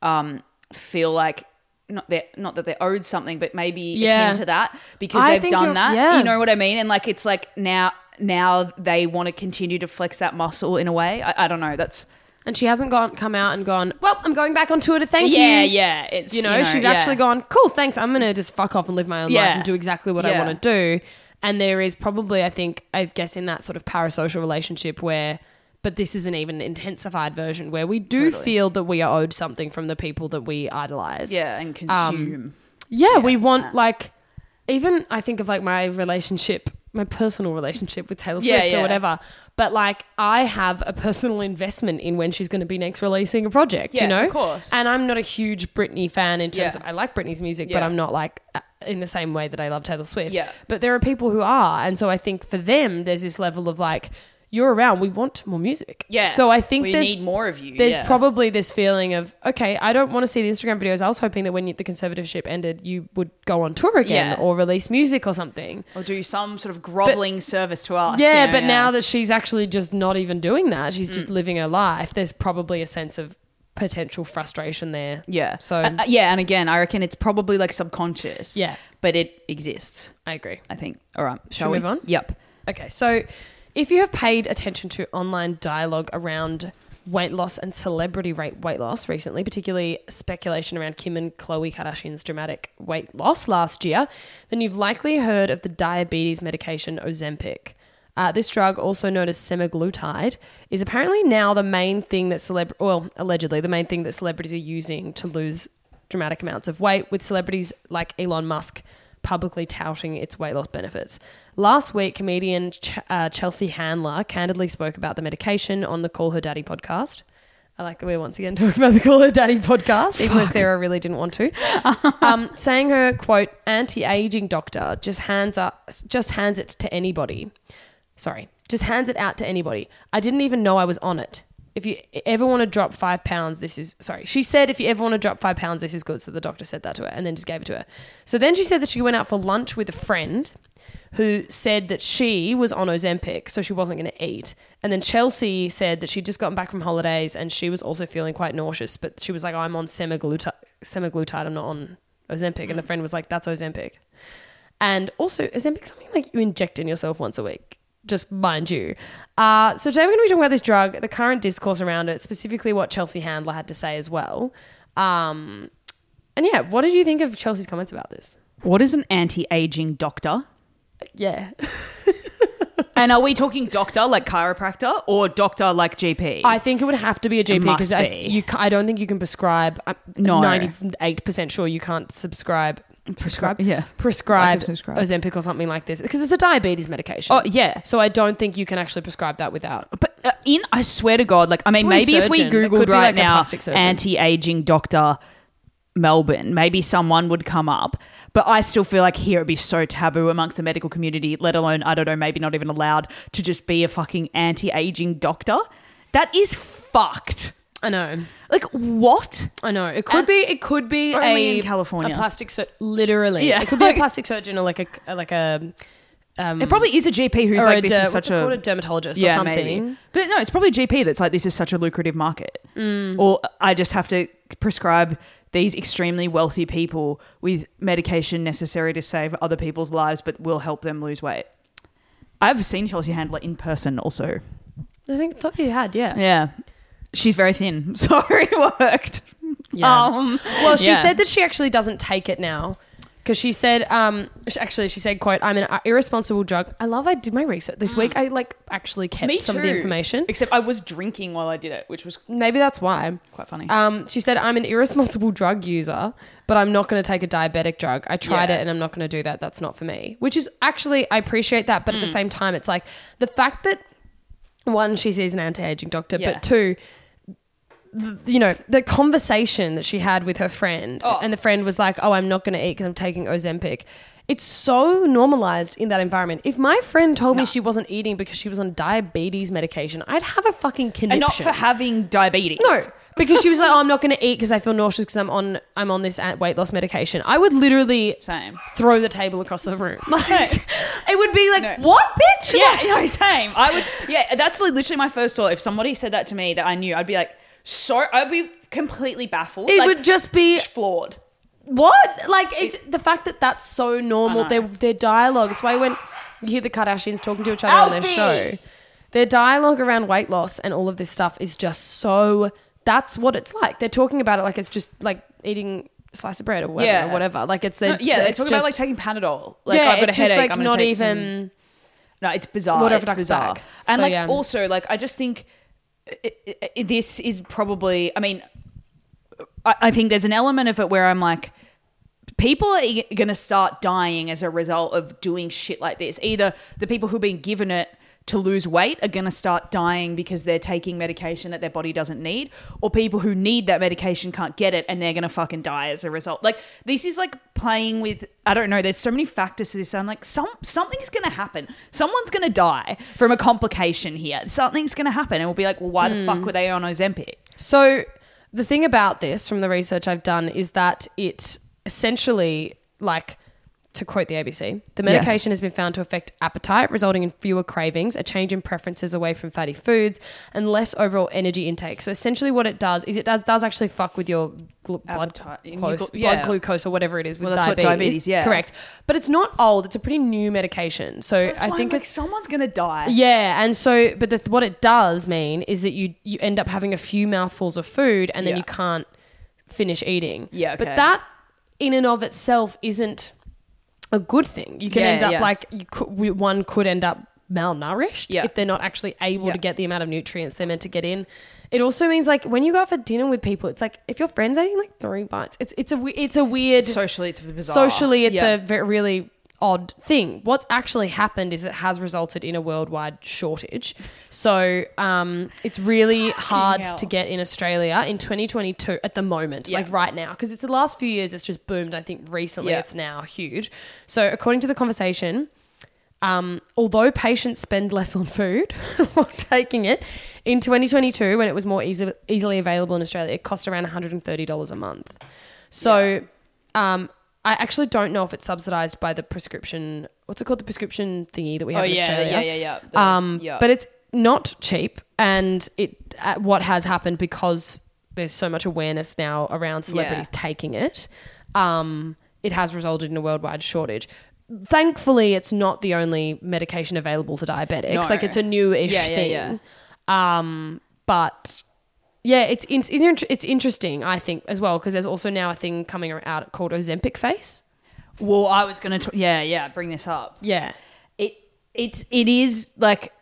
Speaker 2: um, feel like. Not that, not that they're owed something, but maybe
Speaker 3: Yeah.
Speaker 2: akin to that because
Speaker 3: I
Speaker 2: they've
Speaker 3: think you're-
Speaker 2: done that.
Speaker 3: yeah.
Speaker 2: You know what I mean? And like, it's like now, now they want to continue to flex that muscle in a way. I, I don't know. That's
Speaker 3: and she hasn't gone come out and gone well i'm going back on tour to thank
Speaker 2: yeah,
Speaker 3: you
Speaker 2: yeah. It's
Speaker 3: you know, she's
Speaker 2: yeah.
Speaker 3: actually gone cool thanks i'm gonna just fuck off and live my own life
Speaker 2: Yeah.
Speaker 3: and do exactly what i
Speaker 2: Yeah.
Speaker 3: want to do and there is probably i think i guess in that sort of parasocial relationship where but this is an even intensified version where we do feel that we are owed something from the people that we idolize
Speaker 2: yeah, and
Speaker 3: um,
Speaker 2: consume.
Speaker 3: Yeah, we want like even I think of like my relationship, my personal relationship with Taylor
Speaker 2: Yeah,
Speaker 3: Swift or
Speaker 2: yeah.
Speaker 3: whatever. But like I have a personal investment in when she's going to be next releasing a project,
Speaker 2: Yeah,
Speaker 3: you know?
Speaker 2: of course.
Speaker 3: And I'm not a huge Britney fan in terms
Speaker 2: Yeah.
Speaker 3: of I like Britney's music, but
Speaker 2: Yeah.
Speaker 3: I'm not like uh, in the same way that I love Taylor Swift.
Speaker 2: Yeah.
Speaker 3: But there are people who are, and so I think for them there's this level of like you're around. We want more music.
Speaker 2: Yeah.
Speaker 3: So I think
Speaker 2: we
Speaker 3: there's
Speaker 2: need more of you.
Speaker 3: there's
Speaker 2: yeah.
Speaker 3: probably this feeling of okay, I don't want to see the Instagram videos. I was hoping that when you, the conservatorship ended, you would go on tour again
Speaker 2: Yeah.
Speaker 3: or release music or something.
Speaker 2: or do some sort of groveling service to us.
Speaker 3: yeah,
Speaker 2: you know,
Speaker 3: but now that she's actually just not even doing that, she's just living her life. There's probably a sense of potential frustration there.
Speaker 2: yeah.
Speaker 3: So-
Speaker 2: Uh, uh, yeah, and again, I reckon it's probably like subconscious.
Speaker 3: Yeah.
Speaker 2: but it exists.
Speaker 3: I agree.
Speaker 2: I think. All right, shall
Speaker 3: Shall we
Speaker 2: we
Speaker 3: move on?
Speaker 2: Yep.
Speaker 3: Okay, so if you have paid attention to online dialogue around weight loss and celebrity rate weight loss recently, particularly speculation around Kim and Khloe Kardashian's dramatic weight loss last year, then you've likely heard of the diabetes medication Ozempic. Uh, this drug, also known as semaglutide, is apparently now the main thing that celeb well, allegedly the main thing that celebrities are using to lose dramatic amounts of weight, with celebrities like Elon Musk publicly touting its weight loss benefits. Last week, comedian Ch- uh, Chelsea Handler candidly spoke about the medication on the Call Her Daddy podcast. I like that we're once again talking about the Call Her Daddy podcast, even though Sarah really didn't want to. Um, saying her quote anti-aging doctor just hands up, just hands it to anybody. Sorry, just hands it out to anybody. I didn't even know I was on it. If you ever want to drop five pounds, this is sorry. She said, if you ever want to drop five pounds, this is good. So the doctor said that to her and then just gave it to her. So then she said that she went out for lunch with a friend who said that she was on Ozempic, so she wasn't going to eat. And then Chelsea said that she'd just gotten back from holidays and she was also feeling quite nauseous, but she was like, I'm on semaglutide, semaglutide I'm not on Ozempic. And the friend was like, That's Ozempic. And also, Ozempic something like you inject in yourself once a week, just mind you. Uh, so today we're going to be talking about this drug, the current discourse around it, specifically what Chelsea Handler had to say as well. Um, and yeah, what did you think of Chelsea's comments about this?
Speaker 2: What is an anti-aging doctor?
Speaker 3: Yeah.
Speaker 2: and are we talking doctor like chiropractor or doctor like GP?
Speaker 3: I think it would have to be a GP because
Speaker 2: must
Speaker 3: I,
Speaker 2: be.
Speaker 3: you, ca- I don't think you can prescribe. I'm
Speaker 2: No.
Speaker 3: 98% sure you can't subscribe. Prescribe,
Speaker 2: yeah. I
Speaker 3: prescribe,
Speaker 2: could subscribe.
Speaker 3: Ozempic or something like this because it's a diabetes medication.
Speaker 2: oh yeah.
Speaker 3: So I don't think you can actually prescribe that without.
Speaker 2: But uh, in, I swear to God, like I mean,
Speaker 3: Probably
Speaker 2: maybe if we
Speaker 3: surgeon. It could
Speaker 2: googled
Speaker 3: be
Speaker 2: right
Speaker 3: like a
Speaker 2: now,
Speaker 3: plastic surgeon.
Speaker 2: anti-aging doctor Melbourne, maybe someone would come up. But I still feel like here it'd be so taboo amongst the medical community, let alone I don't know, maybe not even allowed to just be a fucking anti-aging doctor. That is fucked.
Speaker 3: I know.
Speaker 2: Like what?
Speaker 3: I know. It could
Speaker 2: And
Speaker 3: be. It could be
Speaker 2: only
Speaker 3: a
Speaker 2: in California.
Speaker 3: a plastic sur- literally.
Speaker 2: Yeah.
Speaker 3: It could be a plastic surgeon or like a like a um.
Speaker 2: It probably is a GP who's
Speaker 3: or
Speaker 2: like
Speaker 3: a
Speaker 2: this
Speaker 3: der-
Speaker 2: is
Speaker 3: what's
Speaker 2: such
Speaker 3: it called?
Speaker 2: a
Speaker 3: a dermatologist or something.
Speaker 2: maybe. But no, it's probably GP that's like, this is such a lucrative market.
Speaker 3: Mm.
Speaker 2: Or I just have to prescribe these extremely wealthy people with medication necessary to save other people's lives, but will help them lose weight. I've seen Chelsea Handler in person also.
Speaker 3: I think thought you had yeah.
Speaker 2: Yeah. She's very thin. Sorry, worked.
Speaker 3: Yeah.
Speaker 2: Um,
Speaker 3: Well, she
Speaker 2: yeah.
Speaker 3: said that she actually doesn't take it now because she said, um, sh- actually, she said, "quote I'm an uh, irresponsible drug." I love. I did my research this week. I like actually kept
Speaker 2: Mm. Me
Speaker 3: some of the
Speaker 2: too.
Speaker 3: information.
Speaker 2: Except I was drinking while I did it, which was
Speaker 3: Maybe that's why.
Speaker 2: quite funny.
Speaker 3: Um, she said, "I'm an irresponsible drug user, but I'm not going to take a diabetic drug. I tried
Speaker 2: Yeah.
Speaker 3: it, and I'm not going to do that. That's not for me." Which is actually, I appreciate that, but
Speaker 2: Mm.
Speaker 3: at the same time, it's like the fact that one, she sees an anti-aging doctor,
Speaker 2: Yeah.
Speaker 3: but two, th- you know, the conversation that she had with her friend,
Speaker 2: Oh.
Speaker 3: and the friend was like, "Oh, I'm not going to eat because I'm taking Ozempic." It's so normalized in that environment. If my friend told
Speaker 2: No.
Speaker 3: me she wasn't eating because she was on diabetes medication, I'd have a fucking conniption.
Speaker 2: and not for having diabetes.
Speaker 3: No, because she was like, "Oh, I'm not going to eat because I feel nauseous because I'm on I'm on this ant- weight loss medication." I would literally
Speaker 2: Same.
Speaker 3: throw the table across the room. Like,
Speaker 2: No.
Speaker 3: it would be like,
Speaker 2: No.
Speaker 3: "What, bitch?"
Speaker 2: Yeah,
Speaker 3: Like,
Speaker 2: no, same. I would. Yeah, that's like literally my first thought. If somebody said that to me that I knew, I'd be like, so I'd be completely baffled.
Speaker 3: it
Speaker 2: like,
Speaker 3: would just be
Speaker 2: flawed.
Speaker 3: what? Like it's the fact that that's so normal. Their their dialogue. It's why when you hear the Kardashians talking to each other on
Speaker 2: Alfie!
Speaker 3: their show, their dialogue around weight loss and all of this stuff is just so. That's what it's like. They're talking about it like it's just like eating a slice of bread or whatever.
Speaker 2: Yeah.
Speaker 3: Or whatever. Like it's their,
Speaker 2: yeah, they
Speaker 3: it's
Speaker 2: talk about
Speaker 3: just-
Speaker 2: like taking Panadol. Like
Speaker 3: yeah,
Speaker 2: I've got
Speaker 3: it's
Speaker 2: a headache.
Speaker 3: just like
Speaker 2: I'm gonna
Speaker 3: not
Speaker 2: take
Speaker 3: even.
Speaker 2: some- No, it's bizarre.
Speaker 3: Whatever
Speaker 2: it's
Speaker 3: ducks
Speaker 2: bizarre.
Speaker 3: back.
Speaker 2: And
Speaker 3: So,
Speaker 2: like
Speaker 3: yeah.
Speaker 2: also like I just think i i i this is probably. I mean, I, I think there's an element of it where I'm like. People are e-, going to start dying as a result of doing shit like this. Either the people who've been given it to lose weight are going to start dying because they're taking medication that their body doesn't need, or people who need that medication can't get it and they're going to fucking die as a result. Like this is like playing with I don't know. There's so many factors to this. I'm like some something's going to happen. Someone's going to die from a complication here. Something's going to happen, and we'll be like, well, why
Speaker 3: Hmm.
Speaker 2: the fuck were they on Ozempic?
Speaker 3: So the thing about this from the research I've done is that it essentially like to quote the ABC, the
Speaker 2: Yes.
Speaker 3: medication has been found to affect appetite, resulting in fewer cravings, a change in preferences away from fatty foods, and less overall energy intake. So essentially, what it does is it does does actually fuck with your glu- blood,
Speaker 2: Appetite. And you
Speaker 3: close,
Speaker 2: got- yeah.
Speaker 3: blood glucose or whatever it is with
Speaker 2: Well, that's what
Speaker 3: diabetes.
Speaker 2: diabetes, yeah.
Speaker 3: correct. But it's not old; it's a pretty new medication. So
Speaker 2: That's
Speaker 3: I
Speaker 2: why I'm
Speaker 3: think
Speaker 2: like,
Speaker 3: it's
Speaker 2: someone's going to die.
Speaker 3: yeah, and so, but the, what it does mean is that you you end up having a few mouthfuls of food, and then
Speaker 2: Yeah.
Speaker 3: you can't finish eating.
Speaker 2: Yeah, okay.
Speaker 3: but that in and of itself isn't a good thing. You can
Speaker 2: Yeah,
Speaker 3: end up
Speaker 2: yeah.
Speaker 3: like you could, we- one could end up malnourished
Speaker 2: Yeah.
Speaker 3: if they're not actually able
Speaker 2: Yeah.
Speaker 3: to get the amount of nutrients they're meant to get in. It also means like when you go out for dinner with people, it's like if your friend's eating like three bites, it's it's a we- it's a weird
Speaker 2: Socially, it's bizarre.
Speaker 3: Socially, it's
Speaker 2: Yeah.
Speaker 3: a ve- really odd thing. What's actually happened is it has resulted in a worldwide shortage. So um, it's really hard
Speaker 2: hell.
Speaker 3: to get in Australia in 2022 at the moment,
Speaker 2: Yeah.
Speaker 3: like right now, because it's the last few years it's just boomed. I think recently
Speaker 2: Yeah.
Speaker 3: it's now huge. So according to the conversation, um, although patients spend less on food while taking it, in 2022, when it was more easy, easily available in Australia, it cost around $130 a month. So um, I actually don't know if it's subsidized by the prescription, what's it called? The prescription thingy that we have
Speaker 2: Oh
Speaker 3: in
Speaker 2: yeah,
Speaker 3: Australia.
Speaker 2: yeah, yeah, yeah. The-
Speaker 3: Um,
Speaker 2: yeah.
Speaker 3: But it's not cheap. And it uh, what has happened because there's so much awareness now around celebrities taking it, um, it has resulted in a worldwide shortage. Thankfully, it's not the only medication available to diabetics.
Speaker 2: No.
Speaker 3: Like it's a new-ish
Speaker 2: Yeah, yeah,
Speaker 3: thing.
Speaker 2: yeah.
Speaker 3: Um, but yeah, it's in- it's, inter- it's interesting, I think, as well, because there's also now a thing coming out called Ozempic face.
Speaker 2: well, I was going to, yeah, yeah, bring this up.
Speaker 3: Yeah.
Speaker 2: it it's it is like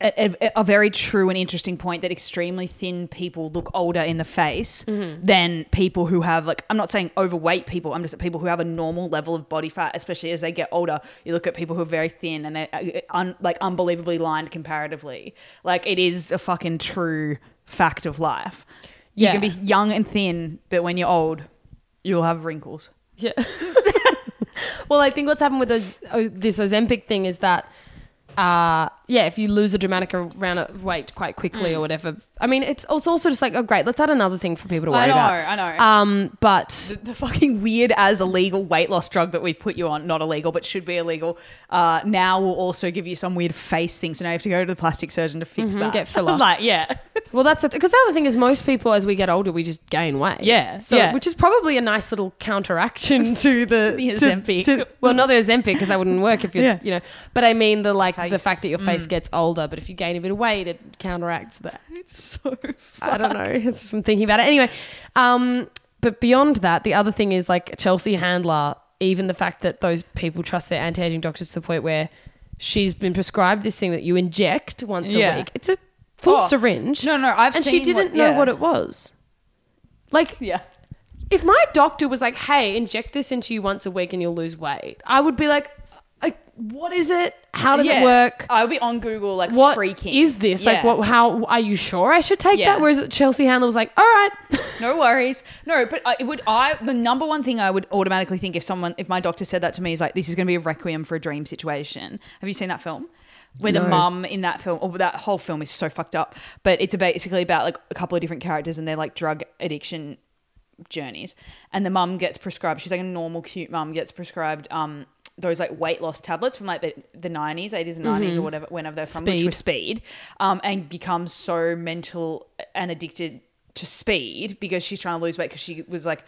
Speaker 2: a, a, a very true and interesting point that extremely thin people look older in the face than people who have like I'm not saying overweight people I'm just people who have a normal level of body fat especially as they get older you look at people who are very thin and they're uh, un, like unbelievably lined comparatively like it is a fucking true fact of life
Speaker 3: Yeah.
Speaker 2: you can be young and thin but when you're old you'll have wrinkles
Speaker 3: Yeah. well, I think what's happened with those, oh, this Ozempic thing is that, uh, yeah, if you lose a dramatic amount of weight quite quickly
Speaker 2: Mm.
Speaker 3: or whatever, I mean, it's also, also just like, oh, great, let's add another thing for people to worry
Speaker 2: I know
Speaker 3: about.
Speaker 2: I know
Speaker 3: Um, but
Speaker 2: the, the fucking weird as illegal weight loss drug that we put you on, not illegal, but should be illegal, uh, now will also give you some weird face thing. So now you have to go to the plastic surgeon to fix that.
Speaker 3: Mm-hmm, get filler.
Speaker 2: like, yeah.
Speaker 3: well, that's because the other thing is most people as we get older we just gain weight.
Speaker 2: Yeah,
Speaker 3: So
Speaker 2: yeah.
Speaker 3: which is probably a nice little counteraction to the
Speaker 2: the
Speaker 3: to-
Speaker 2: Ozempic.
Speaker 3: to- well, not the Ozempic because that wouldn't work if you're
Speaker 2: Yeah.
Speaker 3: you know. But I mean the like the
Speaker 2: Face. Mm.
Speaker 3: fact that your face gets older, but if you gain a bit of weight, it counteracts that.
Speaker 2: It's so.
Speaker 3: I don't know. It's from thinking about it. Anyway, um, but beyond that, the other thing is like Chelsea Handler, even the fact that those people trust their anti aging doctors to the point where she's been prescribed this thing that you inject once
Speaker 2: Yeah.
Speaker 3: a week. It's a full
Speaker 2: Oh,
Speaker 3: syringe.
Speaker 2: no, no, I've
Speaker 3: And she
Speaker 2: seen
Speaker 3: didn't
Speaker 2: what-
Speaker 3: know
Speaker 2: yeah.
Speaker 3: what it was. Like,
Speaker 2: Yeah.
Speaker 3: if my doctor was like, hey, inject this into you once a week and you'll lose weight, I would be like, I, what is it? How does
Speaker 2: yeah.
Speaker 3: it work?
Speaker 2: I'll be on Google like
Speaker 3: What is
Speaker 2: freaking.
Speaker 3: this? Like,
Speaker 2: Yeah.
Speaker 3: what? How are you sure I should take
Speaker 2: Yeah.
Speaker 3: that? Whereas Chelsea Handler was like, all right.
Speaker 2: No worries. No, but I it would. I the number one thing I would automatically think if someone, if my doctor said that to me, is like, this is going to be a requiem for a dream situation. Have you seen that film? Where the mum in that film, or that whole film is so fucked up. But it's basically about like a couple of different characters and their like drug addiction journeys. And the mum gets prescribed. She's like a normal, cute mum gets prescribed. Um, those like weight loss tablets from like the, the 90s 80s and 90s or whatever whenever they're from which
Speaker 3: Speed.
Speaker 2: were speed um, and becomes so mental and addicted to speed because she's trying to lose weight because she was like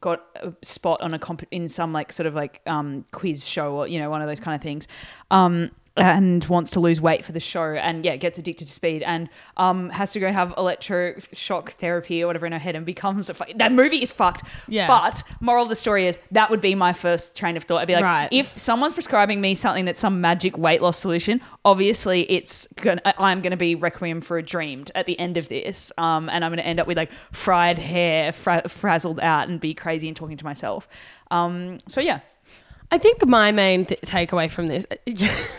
Speaker 2: got a spot on a comp in some like sort of like um, quiz show or you know one of those kind of things um, and wants to lose weight for the show and yeah gets addicted to speed and um, has to go have electroshock therapy or whatever in her head and becomes a fu- that movie is fucked
Speaker 3: Yeah.
Speaker 2: but moral of the story is that would be my first train of thought I'd be like
Speaker 3: Right.
Speaker 2: if someone's prescribing me something that's some magic weight loss solution, obviously it's gonna, I'm going to be requiem for a dreamed at the end of this, um, and I'm going to end up with like fried hair, fra- frazzled out, and be crazy and talking to myself. Um, so yeah,
Speaker 3: I think my main th- takeaway from this,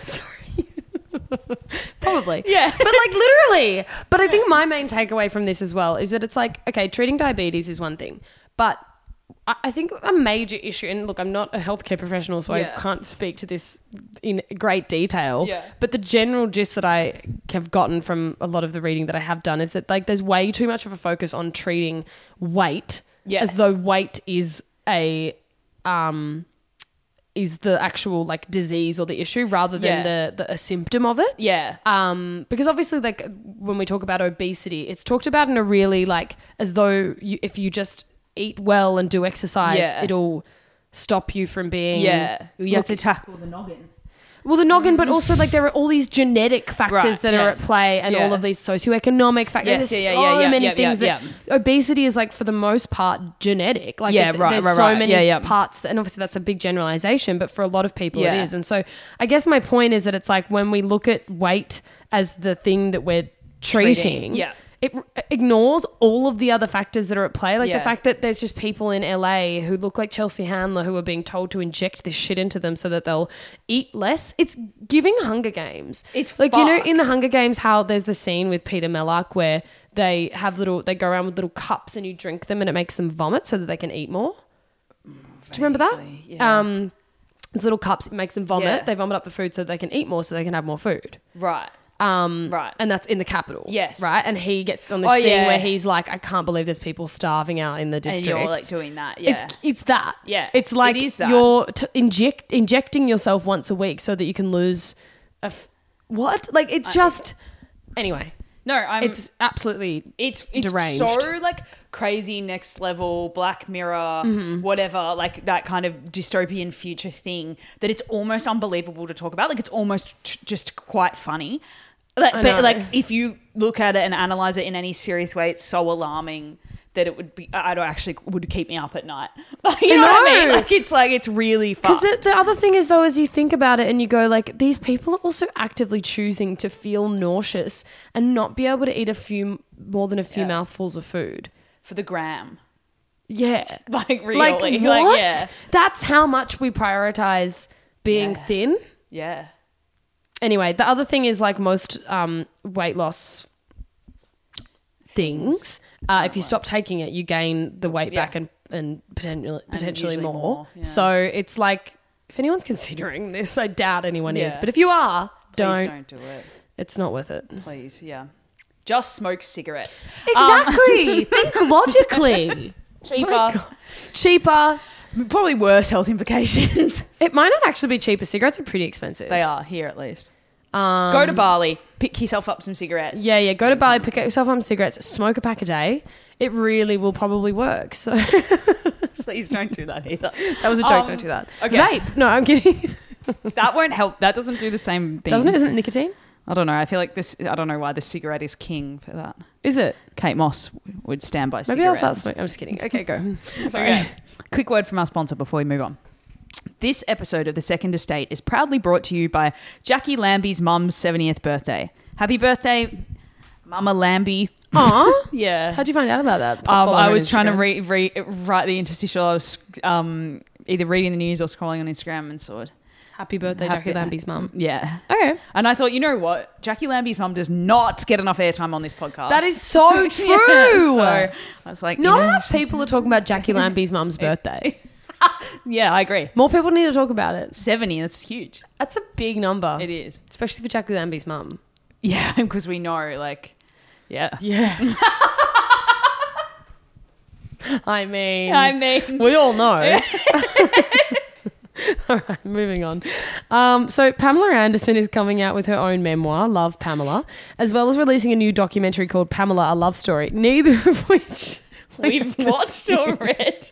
Speaker 3: sorry, Probably.
Speaker 2: Yeah.
Speaker 3: But like literally. But I think my main takeaway from this as well is that it's like, okay, treating diabetes is one thing, but I I think a major issue, and look, I'm not a healthcare professional, so
Speaker 2: Yeah.
Speaker 3: I can't speak to this in great detail.
Speaker 2: Yeah.
Speaker 3: But the general gist that I have gotten from a lot of the reading that I have done is that like there's way too much of a focus on treating weight
Speaker 2: Yes.
Speaker 3: as though weight is a um is the actual like disease or the issue rather than
Speaker 2: Yeah.
Speaker 3: the, the a symptom of it
Speaker 2: Yeah.
Speaker 3: um because obviously like when we talk about obesity it's talked about in a really like as though you, if you just eat well and do exercise
Speaker 2: Yeah.
Speaker 3: it'll stop you from being
Speaker 2: yeah. You have
Speaker 3: Look-
Speaker 2: to tackle the noggin.
Speaker 3: well the noggin but also like there are all these genetic factors
Speaker 2: Mm. Right,
Speaker 3: that are at
Speaker 2: yes.
Speaker 3: play and
Speaker 2: Yeah.
Speaker 3: all of these socioeconomic factors
Speaker 2: Yes,
Speaker 3: there's
Speaker 2: yeah,
Speaker 3: so
Speaker 2: yeah, yeah,
Speaker 3: many
Speaker 2: yeah, yeah,
Speaker 3: things that obesity is like for the most part genetic like
Speaker 2: Yeah,
Speaker 3: it's,
Speaker 2: right,
Speaker 3: there's
Speaker 2: right,
Speaker 3: so
Speaker 2: right.
Speaker 3: many
Speaker 2: Yeah, yeah.
Speaker 3: parts that, and obviously that's a big generalization but for a lot of people it
Speaker 2: Yeah.
Speaker 3: is and so i guess my point is that it's like when we look at weight as the thing that we're treating,
Speaker 2: Treating, yeah.
Speaker 3: it r- ignores all of the other factors that are at play like
Speaker 2: Yeah.
Speaker 3: the fact that there's just people in LA who look like Chelsea Handler who are being told to inject this shit into them so that they'll eat less it's giving hunger games
Speaker 2: It's
Speaker 3: like you know
Speaker 2: fucked.
Speaker 3: in the Hunger Games how there's the scene with Peter Mellark where they have little they go around with little cups and you drink them and it makes them vomit so that they can eat more. Do you remember that?
Speaker 2: Vaguely, yeah.
Speaker 3: Um it's little cups it makes them vomit.
Speaker 2: Yeah.
Speaker 3: They vomit up the food so they can eat more so they can have more food.
Speaker 2: Right.
Speaker 3: Um
Speaker 2: Right.
Speaker 3: and that's in the capital.
Speaker 2: Yes.
Speaker 3: Right? And he gets on this
Speaker 2: Oh,
Speaker 3: thing
Speaker 2: yeah.
Speaker 3: where he's like I can't believe there's people starving out in the
Speaker 2: And
Speaker 3: district.
Speaker 2: you're like doing that. Yeah.
Speaker 3: It's it's that.
Speaker 2: Yeah,
Speaker 3: It's like
Speaker 2: it is that.
Speaker 3: you're t- inject injecting yourself once a week so that you can lose a f- what? Like it's just anyway.
Speaker 2: no, I'm. It's
Speaker 3: It's absolutely
Speaker 2: it's, it's
Speaker 3: deranged.
Speaker 2: so like crazy next level black mirror
Speaker 3: Mm-hmm.
Speaker 2: whatever like that kind of dystopian future thing that it's almost unbelievable to talk about like it's almost t- just quite funny like,
Speaker 3: I know.
Speaker 2: but like if you look at it and analyze it in any serious way it's so alarming that it would be i I don't actually would keep me up at night you know what i mean
Speaker 3: know.
Speaker 2: like it's like it's really
Speaker 3: because
Speaker 2: fucked.
Speaker 3: the, the other thing is though is you think about it and you go like these people are also actively choosing to feel nauseous and not be able to eat a few more than a few
Speaker 2: Yeah.
Speaker 3: mouthfuls of food.
Speaker 2: for the gram
Speaker 3: Yeah.
Speaker 2: like really
Speaker 3: Like
Speaker 2: like,
Speaker 3: what?
Speaker 2: yeah
Speaker 3: That's how much we prioritize being
Speaker 2: Yeah.
Speaker 3: thin.
Speaker 2: yeah
Speaker 3: anyway, the other thing is like most um, weight loss things, uh, if you stop taking it, you gain the weight
Speaker 2: Yeah.
Speaker 3: back and and potentially potentially
Speaker 2: usually
Speaker 3: more.
Speaker 2: more, yeah.
Speaker 3: So it's like if anyone's considering this, I doubt anyone is.
Speaker 2: Yeah.
Speaker 3: But if you are,
Speaker 2: please
Speaker 3: don't.
Speaker 2: don't do it
Speaker 3: It's not worth it.
Speaker 2: please yeah just smoke cigarettes
Speaker 3: Exactly. Think
Speaker 2: Oh.
Speaker 3: logically.
Speaker 2: cheaper
Speaker 3: Cheaper.
Speaker 2: probably worse health implications.
Speaker 3: It might not actually be cheaper. Cigarettes are pretty expensive.
Speaker 2: they are here at least.
Speaker 3: Um,
Speaker 2: Go to Bali, pick yourself up some cigarettes.
Speaker 3: Yeah, yeah. Go to Bali, pick up yourself up some cigarettes, smoke a pack a day. It really will probably work. So
Speaker 2: Please don't do that either.
Speaker 3: That was a joke.
Speaker 2: Um,
Speaker 3: don't do that.
Speaker 2: okay.
Speaker 3: Vape. No, I'm kidding.
Speaker 2: That won't help. That doesn't do the same thing.
Speaker 3: Doesn't it? Isn't it nicotine?
Speaker 2: I don't know. I feel like this. I don't know why the cigarette is king for that.
Speaker 3: Is it?
Speaker 2: Kate Moss would stand by
Speaker 3: Maybe
Speaker 2: cigarettes.
Speaker 3: I'll start smoking. I'm just kidding. Okay, go. Sorry.
Speaker 2: Okay. Quick word from our sponsor before we move on. This episode of The Second Estate is proudly brought to you by Jackie Lambie's mum's 70th birthday. Happy birthday, Mama Lambie.
Speaker 3: Aw.
Speaker 2: Yeah.
Speaker 3: How'd you find out about that?
Speaker 2: Um,
Speaker 3: follow
Speaker 2: I
Speaker 3: her on
Speaker 2: was trying to
Speaker 3: Instagram.
Speaker 2: re- re- write the interstitial. I was um, either reading the news or scrolling on Instagram and saw it.
Speaker 3: Happy birthday,
Speaker 2: Happy-
Speaker 3: Jackie Lambie's mum.
Speaker 2: Yeah.
Speaker 3: Okay.
Speaker 2: And I thought, you know what? Jackie Lambie's mum does not get enough airtime on this podcast.
Speaker 3: That is so
Speaker 2: Oh. Yeah,
Speaker 3: true.
Speaker 2: so I was like,
Speaker 3: Not
Speaker 2: you know-
Speaker 3: enough people are talking about Jackie Lambie's mum's birthday.
Speaker 2: Yeah, I agree.
Speaker 3: More people need to talk about it.
Speaker 2: 70, that's huge.
Speaker 3: That's a big number,
Speaker 2: It is.
Speaker 3: especially for Jackie Lambie's mum.
Speaker 2: Yeah, because we know, like, yeah.
Speaker 3: Yeah. I mean,
Speaker 2: I mean,
Speaker 3: We all know. all right, moving on. Um, so Pamela Anderson is coming out with her own memoir, Love Pamela, as well as releasing a new documentary called Pamela: A Love Story. Neither of which
Speaker 2: we've watched or read.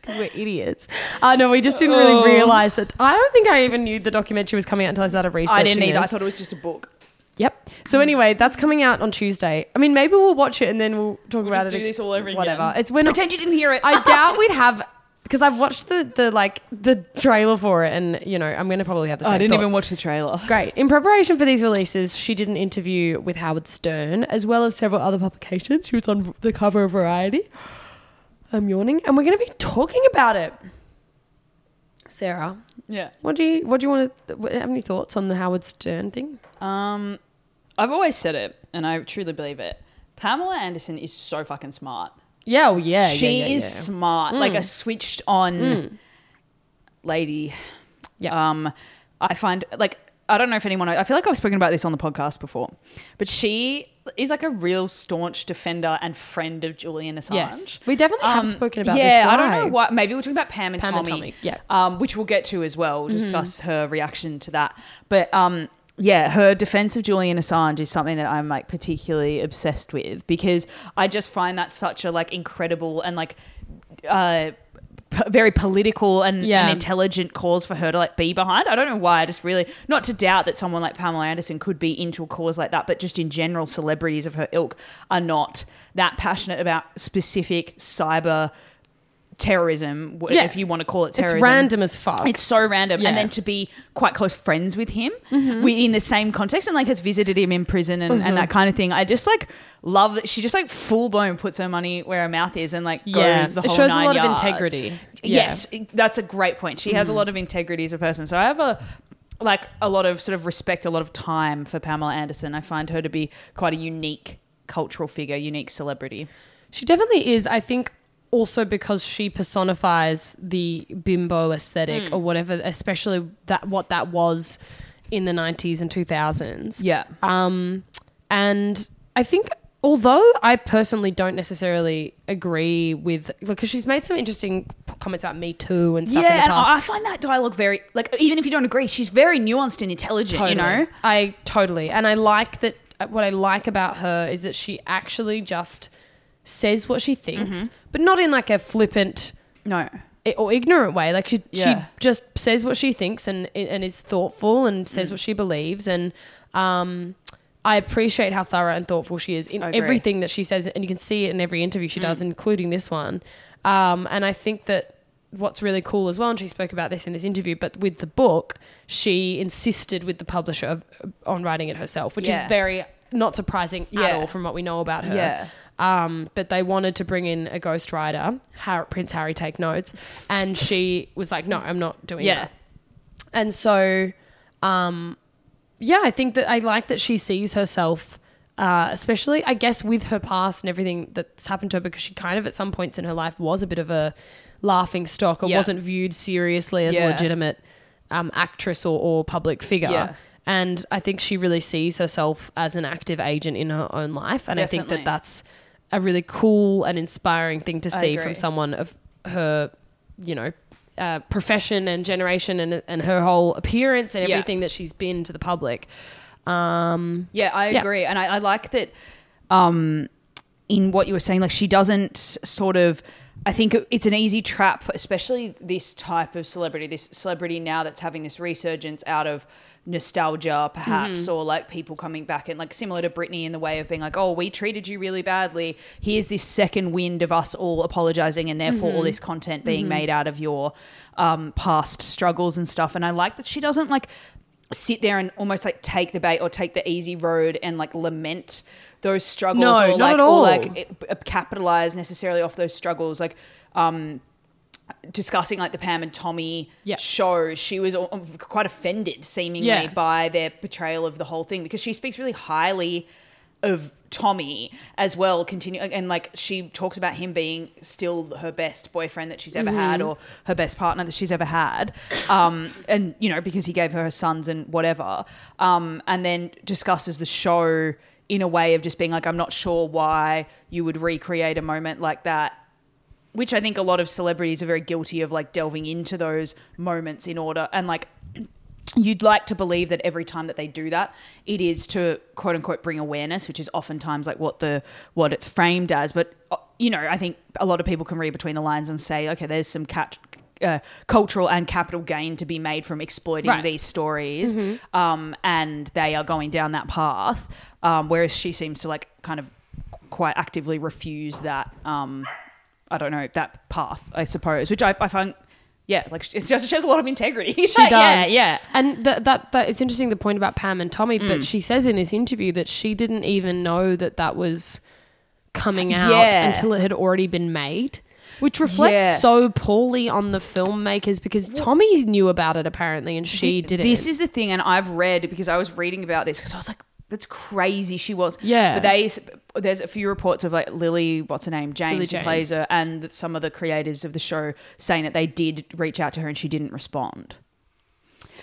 Speaker 3: because we're idiots. Uh, no, we just didn't really
Speaker 2: Oh.
Speaker 3: realize that. I don't think I even knew the documentary was coming out until I started researching.
Speaker 2: I didn't either. I
Speaker 3: this.
Speaker 2: thought it was just a book.
Speaker 3: Yep. So anyway, that's coming out on Tuesday. I mean, maybe we'll watch it and then we'll talk
Speaker 2: We'll
Speaker 3: about
Speaker 2: just
Speaker 3: it.
Speaker 2: do this all over again.
Speaker 3: Whatever. It's we're not
Speaker 2: Pretend you didn't hear it.
Speaker 3: I doubt we'd have because I've watched the the like the trailer for it, and you know I'm gonna probably have the same.
Speaker 2: I didn't
Speaker 3: thoughts.
Speaker 2: even watch the trailer.
Speaker 3: Great. In preparation for these releases, she did an interview with Howard Stern as well as several other publications. She was on the cover of Variety. I'm yawning, and we're gonna be talking about it. Sarah,
Speaker 2: Yeah.
Speaker 3: what do you what do you want to have any thoughts on the Howard Stern thing?
Speaker 2: Um, I've always said it, and I truly believe it. Pamela Anderson is so fucking smart.
Speaker 3: Yeah, oh yeah, yeah,
Speaker 2: she
Speaker 3: yeah,
Speaker 2: is
Speaker 3: yeah. Mm.
Speaker 2: smart, like a switched on lady.
Speaker 3: Yeah.
Speaker 2: Um, I find like I don't know if anyone. I feel like I've spoken about this on the podcast before, but she is like a real staunch defender and friend of Julian Assange. Um,
Speaker 3: Yes. We definitely have spoken about
Speaker 2: yeah,
Speaker 3: this.
Speaker 2: I don't know
Speaker 3: Why?
Speaker 2: why. Maybe we're talking about Pam and
Speaker 3: Pam and
Speaker 2: Tommy.
Speaker 3: Tommy, yeah.
Speaker 2: Um, which we'll get to as well.
Speaker 3: Mm-hmm.
Speaker 2: Discuss her reaction to that, but um. Yeah, her defense of Julian Assange is something that I'm like particularly obsessed with because I just find that such a like incredible and like uh, p- very political and,
Speaker 3: Yeah.
Speaker 2: and intelligent cause for her to like be behind. I don't know why. I just really not to doubt that someone like Pamela Anderson could be into a cause like that, but just in general, celebrities of her ilk are not that passionate about specific cyber terrorism, w-
Speaker 3: Yeah.
Speaker 2: if you want to call it
Speaker 3: It's
Speaker 2: terrorism.
Speaker 3: random as fuck.
Speaker 2: It's so random,
Speaker 3: Yeah. Mm-hmm.
Speaker 2: and then to be quite close friends with him we, in the same context, and like has visited him in prison and, and that kind of thing. I just like love that she just like full blown puts her money where her mouth is and like
Speaker 3: Yeah.
Speaker 2: goes the
Speaker 3: It
Speaker 2: whole
Speaker 3: shows a
Speaker 2: nine
Speaker 3: lot of
Speaker 2: yards.
Speaker 3: integrity. Yeah. Mm-hmm.
Speaker 2: Yes, that's a great point. She has a lot of integrity as a person. So I have a like a lot of sort of respect, a lot of time for Pamela Anderson. I find her to be quite a unique cultural figure, unique celebrity.
Speaker 3: She definitely is. I think also because she personifies the bimbo aesthetic
Speaker 2: Hmm.
Speaker 3: or whatever, especially that what that was in the 90s and 2000s.
Speaker 2: Yeah.
Speaker 3: Um, and I think, although I personally don't necessarily agree with, because she's made some interesting p- comments about Me Too and stuff in the
Speaker 2: yeah, and
Speaker 3: past.
Speaker 2: I I find that dialogue very like even if you don't agree, she's very nuanced and intelligent. You know,
Speaker 3: I totally. And I like that. uh, What I like about her is that she actually just says what she thinks,
Speaker 2: Mm-hmm.
Speaker 3: but not in like a flippant
Speaker 2: no,
Speaker 3: i- or ignorant way. Like she she
Speaker 2: Yeah.
Speaker 3: just says what she thinks and and is thoughtful and says
Speaker 2: Mm.
Speaker 3: what she believes and um. I appreciate how thorough and thoughtful she is in
Speaker 2: I agree. Mm.
Speaker 3: everything that she says, and you can see it in every interview she does, including this one. Um, and I think that what's really cool as well, and she spoke about this in this interview, but with the book, she insisted with the publisher of, on writing it herself, which
Speaker 2: Yeah.
Speaker 3: is very not surprising at
Speaker 2: Yeah.
Speaker 3: all from what we know about her.
Speaker 2: Yeah.
Speaker 3: Um, but they wanted to bring in a ghostwriter, Har- Prince Harry, take notes. And she was like, no, I'm not doing
Speaker 2: Yeah.
Speaker 3: that. And so, um, yeah, I think that I like that she sees herself, uh, especially, I guess, with her past and everything that's happened to her, because she kind of at some points in her life was a bit of a laughing stock or
Speaker 2: Yeah.
Speaker 3: wasn't viewed seriously as a
Speaker 2: Yeah.
Speaker 3: legitimate um, actress or, or public figure.
Speaker 2: Yeah.
Speaker 3: And I think she really sees herself as an active agent in her own life. And I think that
Speaker 2: Definitely.
Speaker 3: that's a really cool and inspiring thing to
Speaker 2: I
Speaker 3: see from
Speaker 2: agree.
Speaker 3: someone of her, you know, uh, profession and generation and, and her whole appearance and
Speaker 2: Yeah.
Speaker 3: everything that she's been to the public. Um,
Speaker 2: yeah, I
Speaker 3: Yeah.
Speaker 2: agree, and I, I like that. Um, in what you were saying, like she doesn't sort of. I think it's an easy trap, especially this type of celebrity, this celebrity now that's having this resurgence out of nostalgia, perhaps, or like people coming back and like similar to Britney in the way of being like, oh, we treated you really badly. Here's this second wind of us all apologizing and therefore all this content being made out of your um, past struggles and stuff. And I like that she doesn't like sit there and almost like take the bait or take the easy road and like lament those struggles
Speaker 3: No,
Speaker 2: or
Speaker 3: not
Speaker 2: like
Speaker 3: at
Speaker 2: or
Speaker 3: all.
Speaker 2: like it- uh, capitalize necessarily off those struggles like um discussing like the pam and tommy
Speaker 3: Yeah.
Speaker 2: show she was al- quite offended seemingly
Speaker 3: Yeah.
Speaker 2: by their portrayal of the whole thing because she speaks really highly of tommy as well continue and like she talks about him being still her best boyfriend that she's ever had or her best partner that she's ever had um and you know because he gave her her sons and whatever um and then discusses the show in a way of just being like, I'm not sure why you would recreate a moment like that. Which I think a lot of celebrities are very guilty of, like delving into those moments in order. And like, you'd like to believe that every time that they do that, it is to quote unquote bring awareness, which is oftentimes like what the what it's framed as. But uh, you know, I think a lot of people can read between the lines and say, okay, there's some cat. Uh, cultural and capital gain to be made from exploiting
Speaker 3: Right.
Speaker 2: these these stories um, and they are going down that path um, whereas she seems to like kind of quite actively refuse that um, i don't know that path i suppose which i, I find yeah like it's just she has a lot of integrity she
Speaker 3: she does.
Speaker 2: yeah, Mm. yeah.
Speaker 3: And that, that that it's interesting the point about Pam and Tommy, but she says in this interview that she didn't even know that that was coming out
Speaker 2: Yeah.
Speaker 3: until it had already been made. Which reflects
Speaker 2: Yeah.
Speaker 3: so poorly on the filmmakers because Tommy knew about it apparently and she
Speaker 2: Th-
Speaker 3: didn't.
Speaker 2: This is the thing, and I've read because I was reading about this because I was like, "That's crazy." She was,
Speaker 3: Yeah.
Speaker 2: But they, there's a few reports of like Lily, what's her name, James,
Speaker 3: Lily
Speaker 2: who
Speaker 3: James.
Speaker 2: plays her, and some of the creators of the show saying that they did reach out to her and she didn't respond.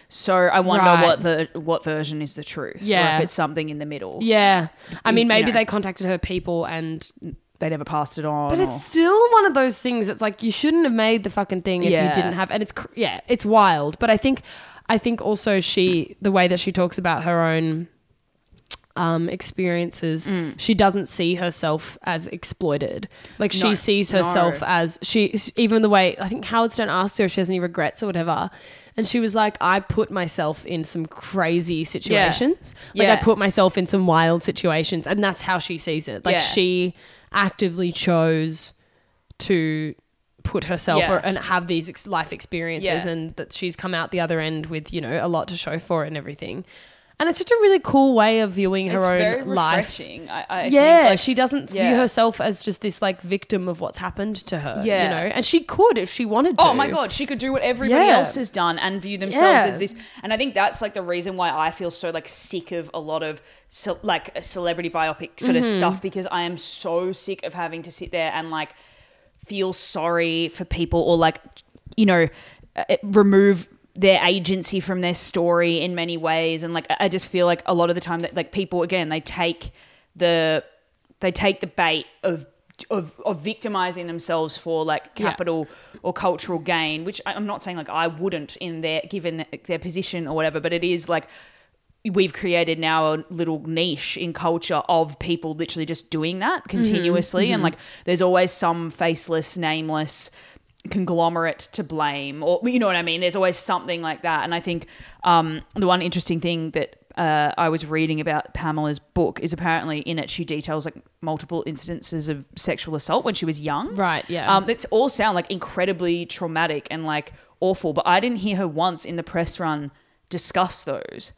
Speaker 2: So I wonder
Speaker 3: Right.
Speaker 2: what the what version is the truth, or
Speaker 3: Yeah.
Speaker 2: if it's something in the middle.
Speaker 3: yeah. I mean,
Speaker 2: you
Speaker 3: maybe
Speaker 2: know.
Speaker 3: they contacted her people and.
Speaker 2: They never passed it on.
Speaker 3: But
Speaker 2: or-
Speaker 3: it's still one of those things. It's like you shouldn't have made the fucking thing if
Speaker 2: Yeah.
Speaker 3: you didn't have. And it's cr- yeah, it's wild. But I think, I think also she the way that she talks about her own um, experiences,
Speaker 2: Mm.
Speaker 3: she doesn't see herself as exploited. Like she
Speaker 2: No,
Speaker 3: sees herself
Speaker 2: no.
Speaker 3: as she even the way I think Howard Stern asked her if she has any regrets or whatever, and she was like, "I put myself in some crazy situations. Like
Speaker 2: Yeah.
Speaker 3: I put myself in some wild situations, and that's how she sees it. Like
Speaker 2: Yeah.
Speaker 3: she actively chose to." put herself
Speaker 2: Yeah.
Speaker 3: or, and have these ex- life experiences
Speaker 2: Yeah.
Speaker 3: and that she's come out the other end with you know a lot to show for it and everything and it's such a really cool way of viewing her
Speaker 2: It's
Speaker 3: own
Speaker 2: very
Speaker 3: life
Speaker 2: refreshing. I, I
Speaker 3: yeah,
Speaker 2: think, like,
Speaker 3: she doesn't
Speaker 2: yeah.
Speaker 3: view herself as just this like victim of what's happened to her.
Speaker 2: Yeah.
Speaker 3: you know, and she could if she wanted to.
Speaker 2: Oh my god, she could do what everybody
Speaker 3: Yeah.
Speaker 2: else has done and view themselves
Speaker 3: Yeah.
Speaker 2: as this. And I think that's like the reason why I feel so like sick of a lot of ce- like a celebrity biopic sort
Speaker 3: Mm-hmm.
Speaker 2: of stuff because I am so sick of having to sit there and like feel sorry for people or like you know uh, remove their agency from their story in many ways and like I I just feel like a lot of the time that like people again they take the they take the bait of of, of victimizing themselves for like
Speaker 3: Yeah.
Speaker 2: capital capital or cultural gain, which I- I'm not saying like I wouldn't in their given th- their position or whatever, but it is like we've created now a little niche in culture of people literally just doing that continuously and like there's always some faceless nameless conglomerate to blame or you know what I mean there's always something like that and I think um the one interesting thing that uh, I was reading about Pamela's book is apparently in it she details like multiple instances of sexual assault when she was young
Speaker 3: Right, yeah.
Speaker 2: um, that's all sound like incredibly traumatic and like awful, but I didn't hear her once in the press run discuss those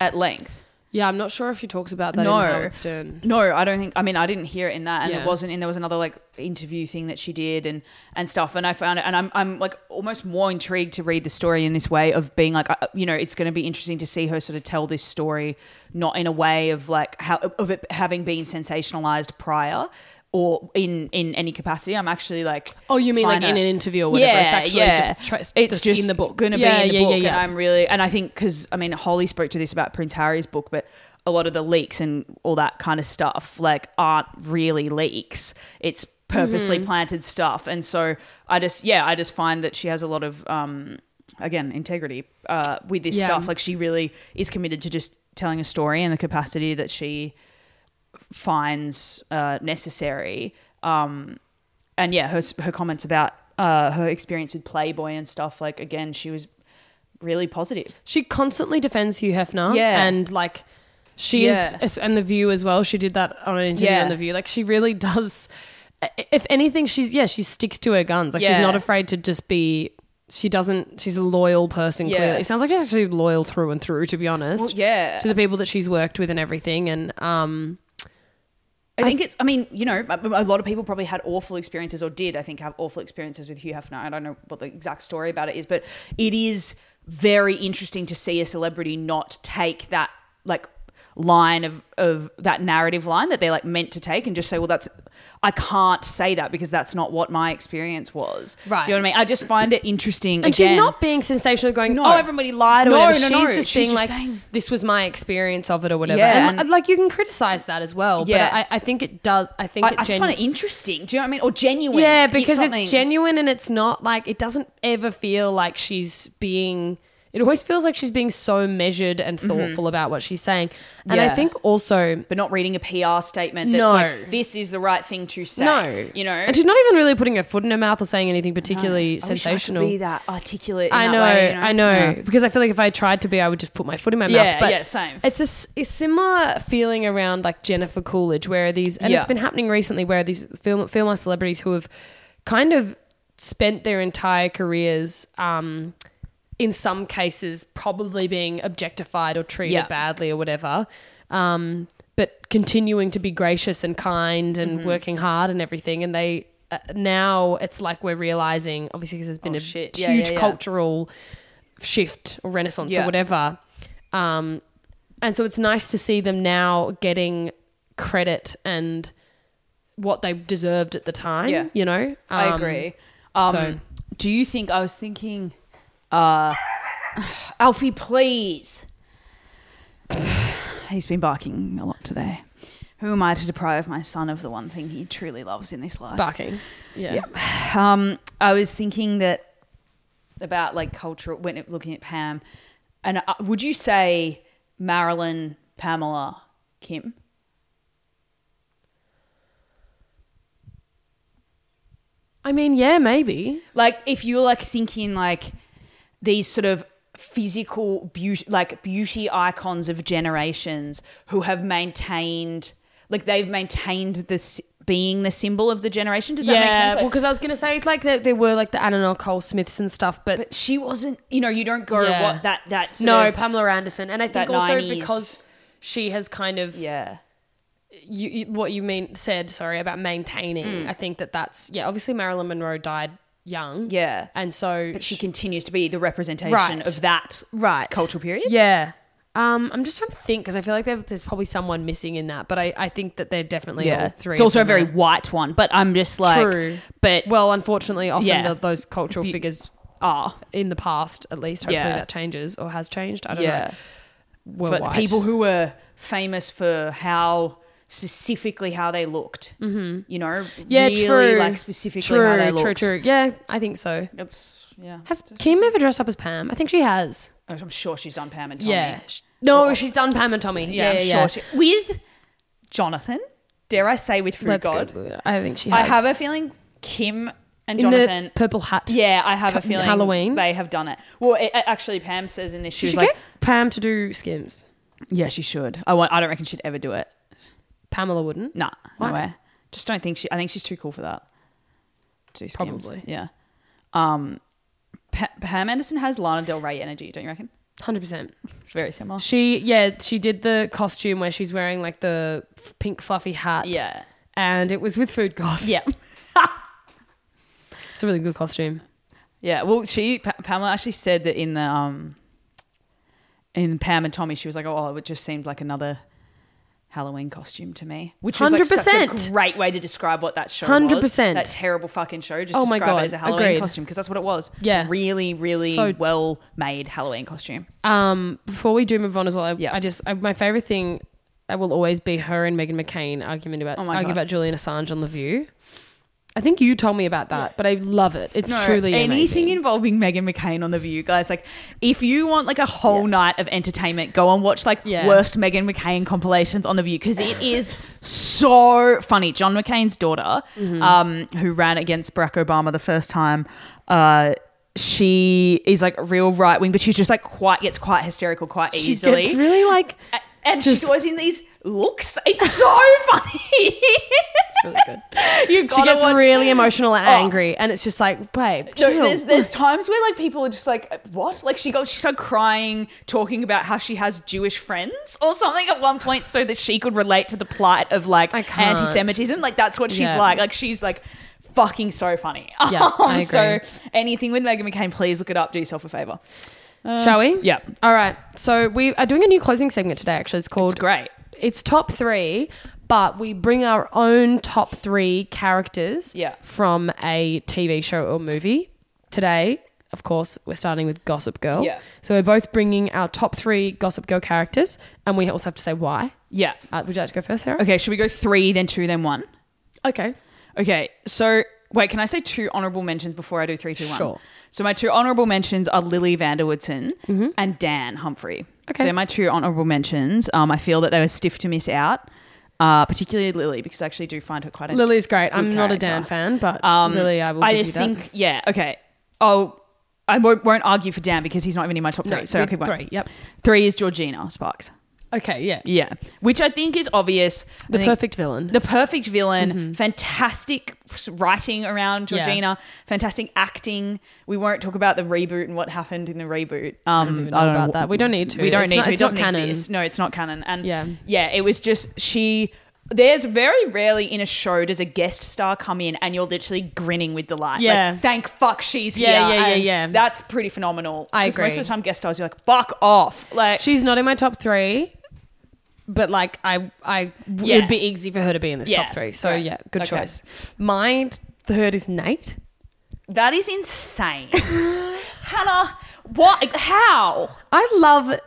Speaker 2: at length.
Speaker 3: Yeah, I'm not sure if she talks about that
Speaker 2: No.
Speaker 3: in Howard Stern.
Speaker 2: No, I don't think. I mean, I didn't hear it in that, and
Speaker 3: Yeah.
Speaker 2: it wasn't in. There was another like interview thing that she did, and and stuff. And I found it, and I'm I'm like almost more intrigued to read the story in this way of being like, I- you know, it's going to be interesting to see her sort of tell this story, not in a way of like how of it having been sensationalized prior. Or in in any capacity, I'm actually like.
Speaker 3: Oh, you mean like
Speaker 2: find
Speaker 3: in
Speaker 2: it-
Speaker 3: an interview or whatever? it's actually just tra-
Speaker 2: it's
Speaker 3: just
Speaker 2: just
Speaker 3: in the book.
Speaker 2: Going to be
Speaker 3: Yeah,
Speaker 2: in the
Speaker 3: yeah,
Speaker 2: book,
Speaker 3: yeah, yeah.
Speaker 2: and I'm really and I think because I mean Holly spoke to this about Prince Harry's book, but a lot of the leaks and all that kind of stuff like aren't really leaks. It's
Speaker 3: Mm-hmm.
Speaker 2: purposely planted stuff, and so I just yeah I just find that she has a lot of um again integrity uh, with this
Speaker 3: Yeah.
Speaker 2: stuff. Like she really is committed to just telling a story in the capacity that she finds uh, necessary. Um, and yeah, her her comments about uh, her experience with Playboy and stuff. Like again, she was really positive.
Speaker 3: She constantly defends Hugh Hefner.
Speaker 2: Yeah.
Speaker 3: And like she
Speaker 2: Yeah.
Speaker 3: is and the view as well. She did that on an interview
Speaker 2: Yeah.
Speaker 3: on the view. Like she really does if anything, she's yeah, she sticks to her guns. Like she's
Speaker 2: Yeah.
Speaker 3: not afraid to just be she doesn't she's a loyal person
Speaker 2: Yeah.
Speaker 3: clearly. It sounds like she's actually loyal through and through, to be honest.
Speaker 2: Well, yeah.
Speaker 3: To the people that she's worked with and everything. And um
Speaker 2: I think it's. I mean, you know, a a lot of people probably had awful experiences, or did I think have awful experiences with Hugh Hefner. I don't know what the exact story about it is, but it is very interesting to see a celebrity not take that like line of of that narrative line that they're like meant to take, and just say, well, that's. I can't say that because that's not what my experience was.
Speaker 3: Right.
Speaker 2: You know what I mean? I just find it interesting.
Speaker 3: And
Speaker 2: again,
Speaker 3: she's not being sensational going,
Speaker 2: No.
Speaker 3: Oh, everybody lied or
Speaker 2: No,
Speaker 3: whatever.
Speaker 2: no,
Speaker 3: she's
Speaker 2: no.
Speaker 3: just
Speaker 2: She's
Speaker 3: being
Speaker 2: just
Speaker 3: like
Speaker 2: saying-
Speaker 3: this was my experience of it or whatever.
Speaker 2: Yeah,
Speaker 3: And,
Speaker 2: and-
Speaker 3: like you can criticize that as well.
Speaker 2: Yeah.
Speaker 3: But I, I think it does I think
Speaker 2: I,
Speaker 3: it
Speaker 2: I just
Speaker 3: genu-
Speaker 2: find it interesting. Do you know what I mean? Or genuine.
Speaker 3: Yeah, because
Speaker 2: something-
Speaker 3: it's genuine and it's not like it doesn't ever feel like she's being. It always feels like she's being so measured and thoughtful about what she's saying, and I
Speaker 2: Mm-hmm. Yeah.
Speaker 3: think also
Speaker 2: But not reading a PR statement that's
Speaker 3: No.
Speaker 2: like, this is the right thing to say.
Speaker 3: no,
Speaker 2: You know?
Speaker 3: and she's not even really putting her foot in her mouth or saying anything
Speaker 2: I
Speaker 3: particularly
Speaker 2: wish I could
Speaker 3: sensational.
Speaker 2: be that articulate. in
Speaker 3: I
Speaker 2: that
Speaker 3: know,
Speaker 2: way, you know?
Speaker 3: I know,
Speaker 2: Yeah.
Speaker 3: because I feel like if I tried to be, I would just put my foot in my
Speaker 2: Yeah,
Speaker 3: mouth. But
Speaker 2: yeah, same.
Speaker 3: It's a, s- a similar feeling around like Jennifer Coolidge, where these, and
Speaker 2: Yeah.
Speaker 3: it's been happening recently, where these film female celebrities who have kind of spent their entire careers, um, in some cases, probably being objectified or treated
Speaker 2: Yeah.
Speaker 3: badly or whatever.
Speaker 2: Mm-hmm.
Speaker 3: Um, but continuing to be gracious and kind and working hard and everything, and they uh, now it's like we're realizing, obviously, because there's been
Speaker 2: Oh,
Speaker 3: a
Speaker 2: shit.
Speaker 3: huge
Speaker 2: Yeah, yeah, yeah.
Speaker 3: cultural shift or renaissance
Speaker 2: Yeah.
Speaker 3: or whatever. Um, and so it's nice to see them now getting credit and what they deserved at the time.
Speaker 2: Yeah.
Speaker 3: You know?
Speaker 2: I
Speaker 3: Um,
Speaker 2: agree. Um,
Speaker 3: so-
Speaker 2: Do you think I was thinking, uh, Alfie, please? He's been barking a lot today. Who am I to deprive my son of the one thing he truly loves in this life?
Speaker 3: Barking. Yeah.
Speaker 2: Um, I was thinking that about like cultural when it, looking at Pam, and uh, would you say Marilyn, Pamela, Kim?
Speaker 3: I mean, yeah, maybe.
Speaker 2: Like if you're like thinking like these sort of physical beauty like beauty icons of generations who have maintained like they've maintained this being the symbol of the generation. Does that make
Speaker 3: yeah.
Speaker 2: sense? Like,
Speaker 3: Well, because I was going to say, like, there, there were, like, the Anna Nicole Smiths and stuff, but,
Speaker 2: but she wasn't you know, you don't go
Speaker 3: Yeah.
Speaker 2: what that that sort
Speaker 3: no,
Speaker 2: of-
Speaker 3: Pamela Anderson. And I
Speaker 2: that
Speaker 3: think also
Speaker 2: 90s.
Speaker 3: because she has kind of.
Speaker 2: Yeah.
Speaker 3: you, you what you mean said sorry about maintaining
Speaker 2: Mm.
Speaker 3: i think that that's yeah obviously marilyn monroe died young
Speaker 2: Yeah.
Speaker 3: and so
Speaker 2: But she continues to be the representation
Speaker 3: Right.
Speaker 2: of that
Speaker 3: right
Speaker 2: cultural period.
Speaker 3: yeah um i'm just trying to think because i feel like there- there's probably someone missing in that but i i think that they're definitely all three
Speaker 2: It's
Speaker 3: of
Speaker 2: also a
Speaker 3: them
Speaker 2: very
Speaker 3: are-
Speaker 2: white one, but I'm just like
Speaker 3: True.
Speaker 2: but
Speaker 3: well unfortunately often
Speaker 2: Yeah.
Speaker 3: the, those cultural figures
Speaker 2: ah,
Speaker 3: in the past at least hopefully
Speaker 2: Yeah.
Speaker 3: that changes or has changed i don't
Speaker 2: yeah.
Speaker 3: know were
Speaker 2: but
Speaker 3: white.
Speaker 2: people who were famous for how specifically how they looked. Mm-hmm. You know,
Speaker 3: yeah
Speaker 2: really
Speaker 3: true
Speaker 2: like specifically
Speaker 3: true
Speaker 2: how they looked.
Speaker 3: true true yeah i think so
Speaker 2: It's yeah.
Speaker 3: has kim ever dressed up as pam i think she has
Speaker 2: I'm sure she's done Pam and Tommy.
Speaker 3: Yeah. Sh- No, she's done Pam and Tommy.
Speaker 2: yeah,
Speaker 3: Yeah, yeah,
Speaker 2: I'm
Speaker 3: yeah.
Speaker 2: sure she with Jonathan. Dare I say with Food
Speaker 3: Let's
Speaker 2: God?
Speaker 3: Google it. I think she
Speaker 2: I
Speaker 3: has.
Speaker 2: have a feeling Kim and
Speaker 3: in
Speaker 2: Jonathan.
Speaker 3: the purple hat.
Speaker 2: yeah, I have a feeling
Speaker 3: Halloween.
Speaker 2: they have done it. Well, it, actually, Pam says in this she
Speaker 3: She
Speaker 2: was
Speaker 3: should
Speaker 2: like,
Speaker 3: get Pam to do Skims.
Speaker 2: "Yeah, she should." I want. I don't reckon she'd ever do it.
Speaker 3: Pamela wouldn't.
Speaker 2: Nah,
Speaker 3: Why?
Speaker 2: no way. Just don't think she. I think she's too cool for that. To do schemes.
Speaker 3: Probably.
Speaker 2: Yeah. Um, pa- Pam Anderson has Lana Del Rey energy, don't you reckon?
Speaker 3: Hundred percent.
Speaker 2: Very similar.
Speaker 3: She yeah she did the costume where she's wearing like the f- pink fluffy hat.
Speaker 2: Yeah.
Speaker 3: And it was with Food God.
Speaker 2: Yeah.
Speaker 3: It's a really good costume.
Speaker 2: Yeah. Well, she pa- Pamela actually said that in the um, in Pam and Tommy, she was like, "Oh, it just seemed like another." Halloween costume to me, which was like such a
Speaker 3: 100%.
Speaker 2: great way to describe what that show was.
Speaker 3: 100%.
Speaker 2: That terrible fucking show. Just
Speaker 3: Oh my
Speaker 2: describe
Speaker 3: God,
Speaker 2: it as a Halloween
Speaker 3: agreed.
Speaker 2: costume because that's what it was.
Speaker 3: Yeah.
Speaker 2: really, really
Speaker 3: So-
Speaker 2: well made Halloween costume.
Speaker 3: Um, before we do move on as well, I,
Speaker 2: Yeah.
Speaker 3: I just I, my favorite thing I will always be her and Megan McCain argument about
Speaker 2: Oh my
Speaker 3: argue
Speaker 2: God.
Speaker 3: about Julian Assange on the View. I think you told me about that, but I love it. It's
Speaker 2: No,
Speaker 3: truly
Speaker 2: anything
Speaker 3: amazing.
Speaker 2: involving Megan McCain on the View, guys. Like, if you want like a whole night of entertainment, go and watch like
Speaker 3: Yeah.
Speaker 2: worst Megan McCain compilations on the View because it is so funny. John McCain's daughter,
Speaker 3: Mm-hmm.
Speaker 2: um, who ran against Barack Obama the first time, uh, she is like real right wing, but she's just like quite gets quite hysterical quite
Speaker 3: she
Speaker 2: easily.
Speaker 3: gets really like
Speaker 2: A- and
Speaker 3: just-
Speaker 2: she's always in these looks. It's so funny.
Speaker 3: really good.
Speaker 2: you gotta
Speaker 3: She gets
Speaker 2: watch
Speaker 3: really emotional and
Speaker 2: Oh.
Speaker 3: angry, and it's just like, babe,
Speaker 2: No,
Speaker 3: chill.
Speaker 2: there's there's times where like people are just like, what? Like she got she started crying, talking about how she has Jewish friends or something at one point, so that she could relate to the plight of like
Speaker 3: I can't.
Speaker 2: anti-Semitism. Like that's what she's
Speaker 3: Yeah.
Speaker 2: like. Like she's like fucking so funny. Um,
Speaker 3: Yeah, I
Speaker 2: So
Speaker 3: agree.
Speaker 2: anything with Megan McCain, please look it up. Do yourself a favor.
Speaker 3: Shall we?
Speaker 2: yeah.
Speaker 3: All right. So we are doing a new closing segment today. Actually, it's called
Speaker 2: It's great.
Speaker 3: it's top three, but we bring our own top three characters
Speaker 2: Yeah.
Speaker 3: from a TV show or movie. Today, of course, we're starting with Gossip Girl.
Speaker 2: Yeah.
Speaker 3: So we're both bringing our top three Gossip Girl characters, and we also have to say why.
Speaker 2: Yeah.
Speaker 3: Uh, would you like to go first, Sarah?
Speaker 2: Okay. Should we go three, then two, then one?
Speaker 3: Okay.
Speaker 2: Okay, so wait, can I say two honorable mentions before I do three, two, one?
Speaker 3: Sure.
Speaker 2: So my two honorable mentions are Lily Vanderwoodson and Dan Humphrey.
Speaker 3: Mm-hmm. Okay.
Speaker 2: they're my two honorable mentions. Um, I feel that they were stiff to miss out, uh, particularly Lily because I actually do find her quite.
Speaker 3: Lily's great. I'm not a
Speaker 2: character.
Speaker 3: Dan fan, but
Speaker 2: Um,
Speaker 3: Lily, I will.
Speaker 2: I
Speaker 3: give
Speaker 2: just
Speaker 3: you that.
Speaker 2: think, yeah, okay. Oh, I won't, won't argue for Dan because he's not even in my top three.
Speaker 3: No,
Speaker 2: so
Speaker 3: we-
Speaker 2: I'll keep going.
Speaker 3: three. Yep.
Speaker 2: Three is Georgina Sparks.
Speaker 3: Okay. Yeah.
Speaker 2: Yeah, which I think is obvious. I
Speaker 3: The
Speaker 2: think-
Speaker 3: perfect villain.
Speaker 2: the perfect villain, fantastic s- writing around
Speaker 3: Mm-hmm. Yeah.
Speaker 2: Georgina, fantastic acting. We won't talk about the reboot and what happened in the reboot. Um,
Speaker 3: even know about that. We don't need to.
Speaker 2: We don't
Speaker 3: It's
Speaker 2: need
Speaker 3: not-
Speaker 2: to. It
Speaker 3: it's not
Speaker 2: doesn't
Speaker 3: canon.
Speaker 2: exist. No, it's not canon. And
Speaker 3: Yeah.
Speaker 2: yeah, it was just she There's very rarely in a show does a guest star come in and you're literally grinning with delight.
Speaker 3: Yeah.
Speaker 2: Like, thank fuck she's
Speaker 3: Yeah,
Speaker 2: here.
Speaker 3: yeah, yeah,
Speaker 2: and
Speaker 3: yeah.
Speaker 2: That's pretty phenomenal.
Speaker 3: I
Speaker 2: 'Cause Most
Speaker 3: agree.
Speaker 2: of the time, guest stars, you're like, fuck off. Like,
Speaker 3: She's not in my top three, but like I, I it
Speaker 2: Yeah.
Speaker 3: would be easy for her to be in this
Speaker 2: Yeah,
Speaker 3: top three. So
Speaker 2: right.
Speaker 3: yeah, good
Speaker 2: Okay.
Speaker 3: choice. Mine, third is Nate.
Speaker 2: that is insane. Hannah, what? How?
Speaker 3: I love,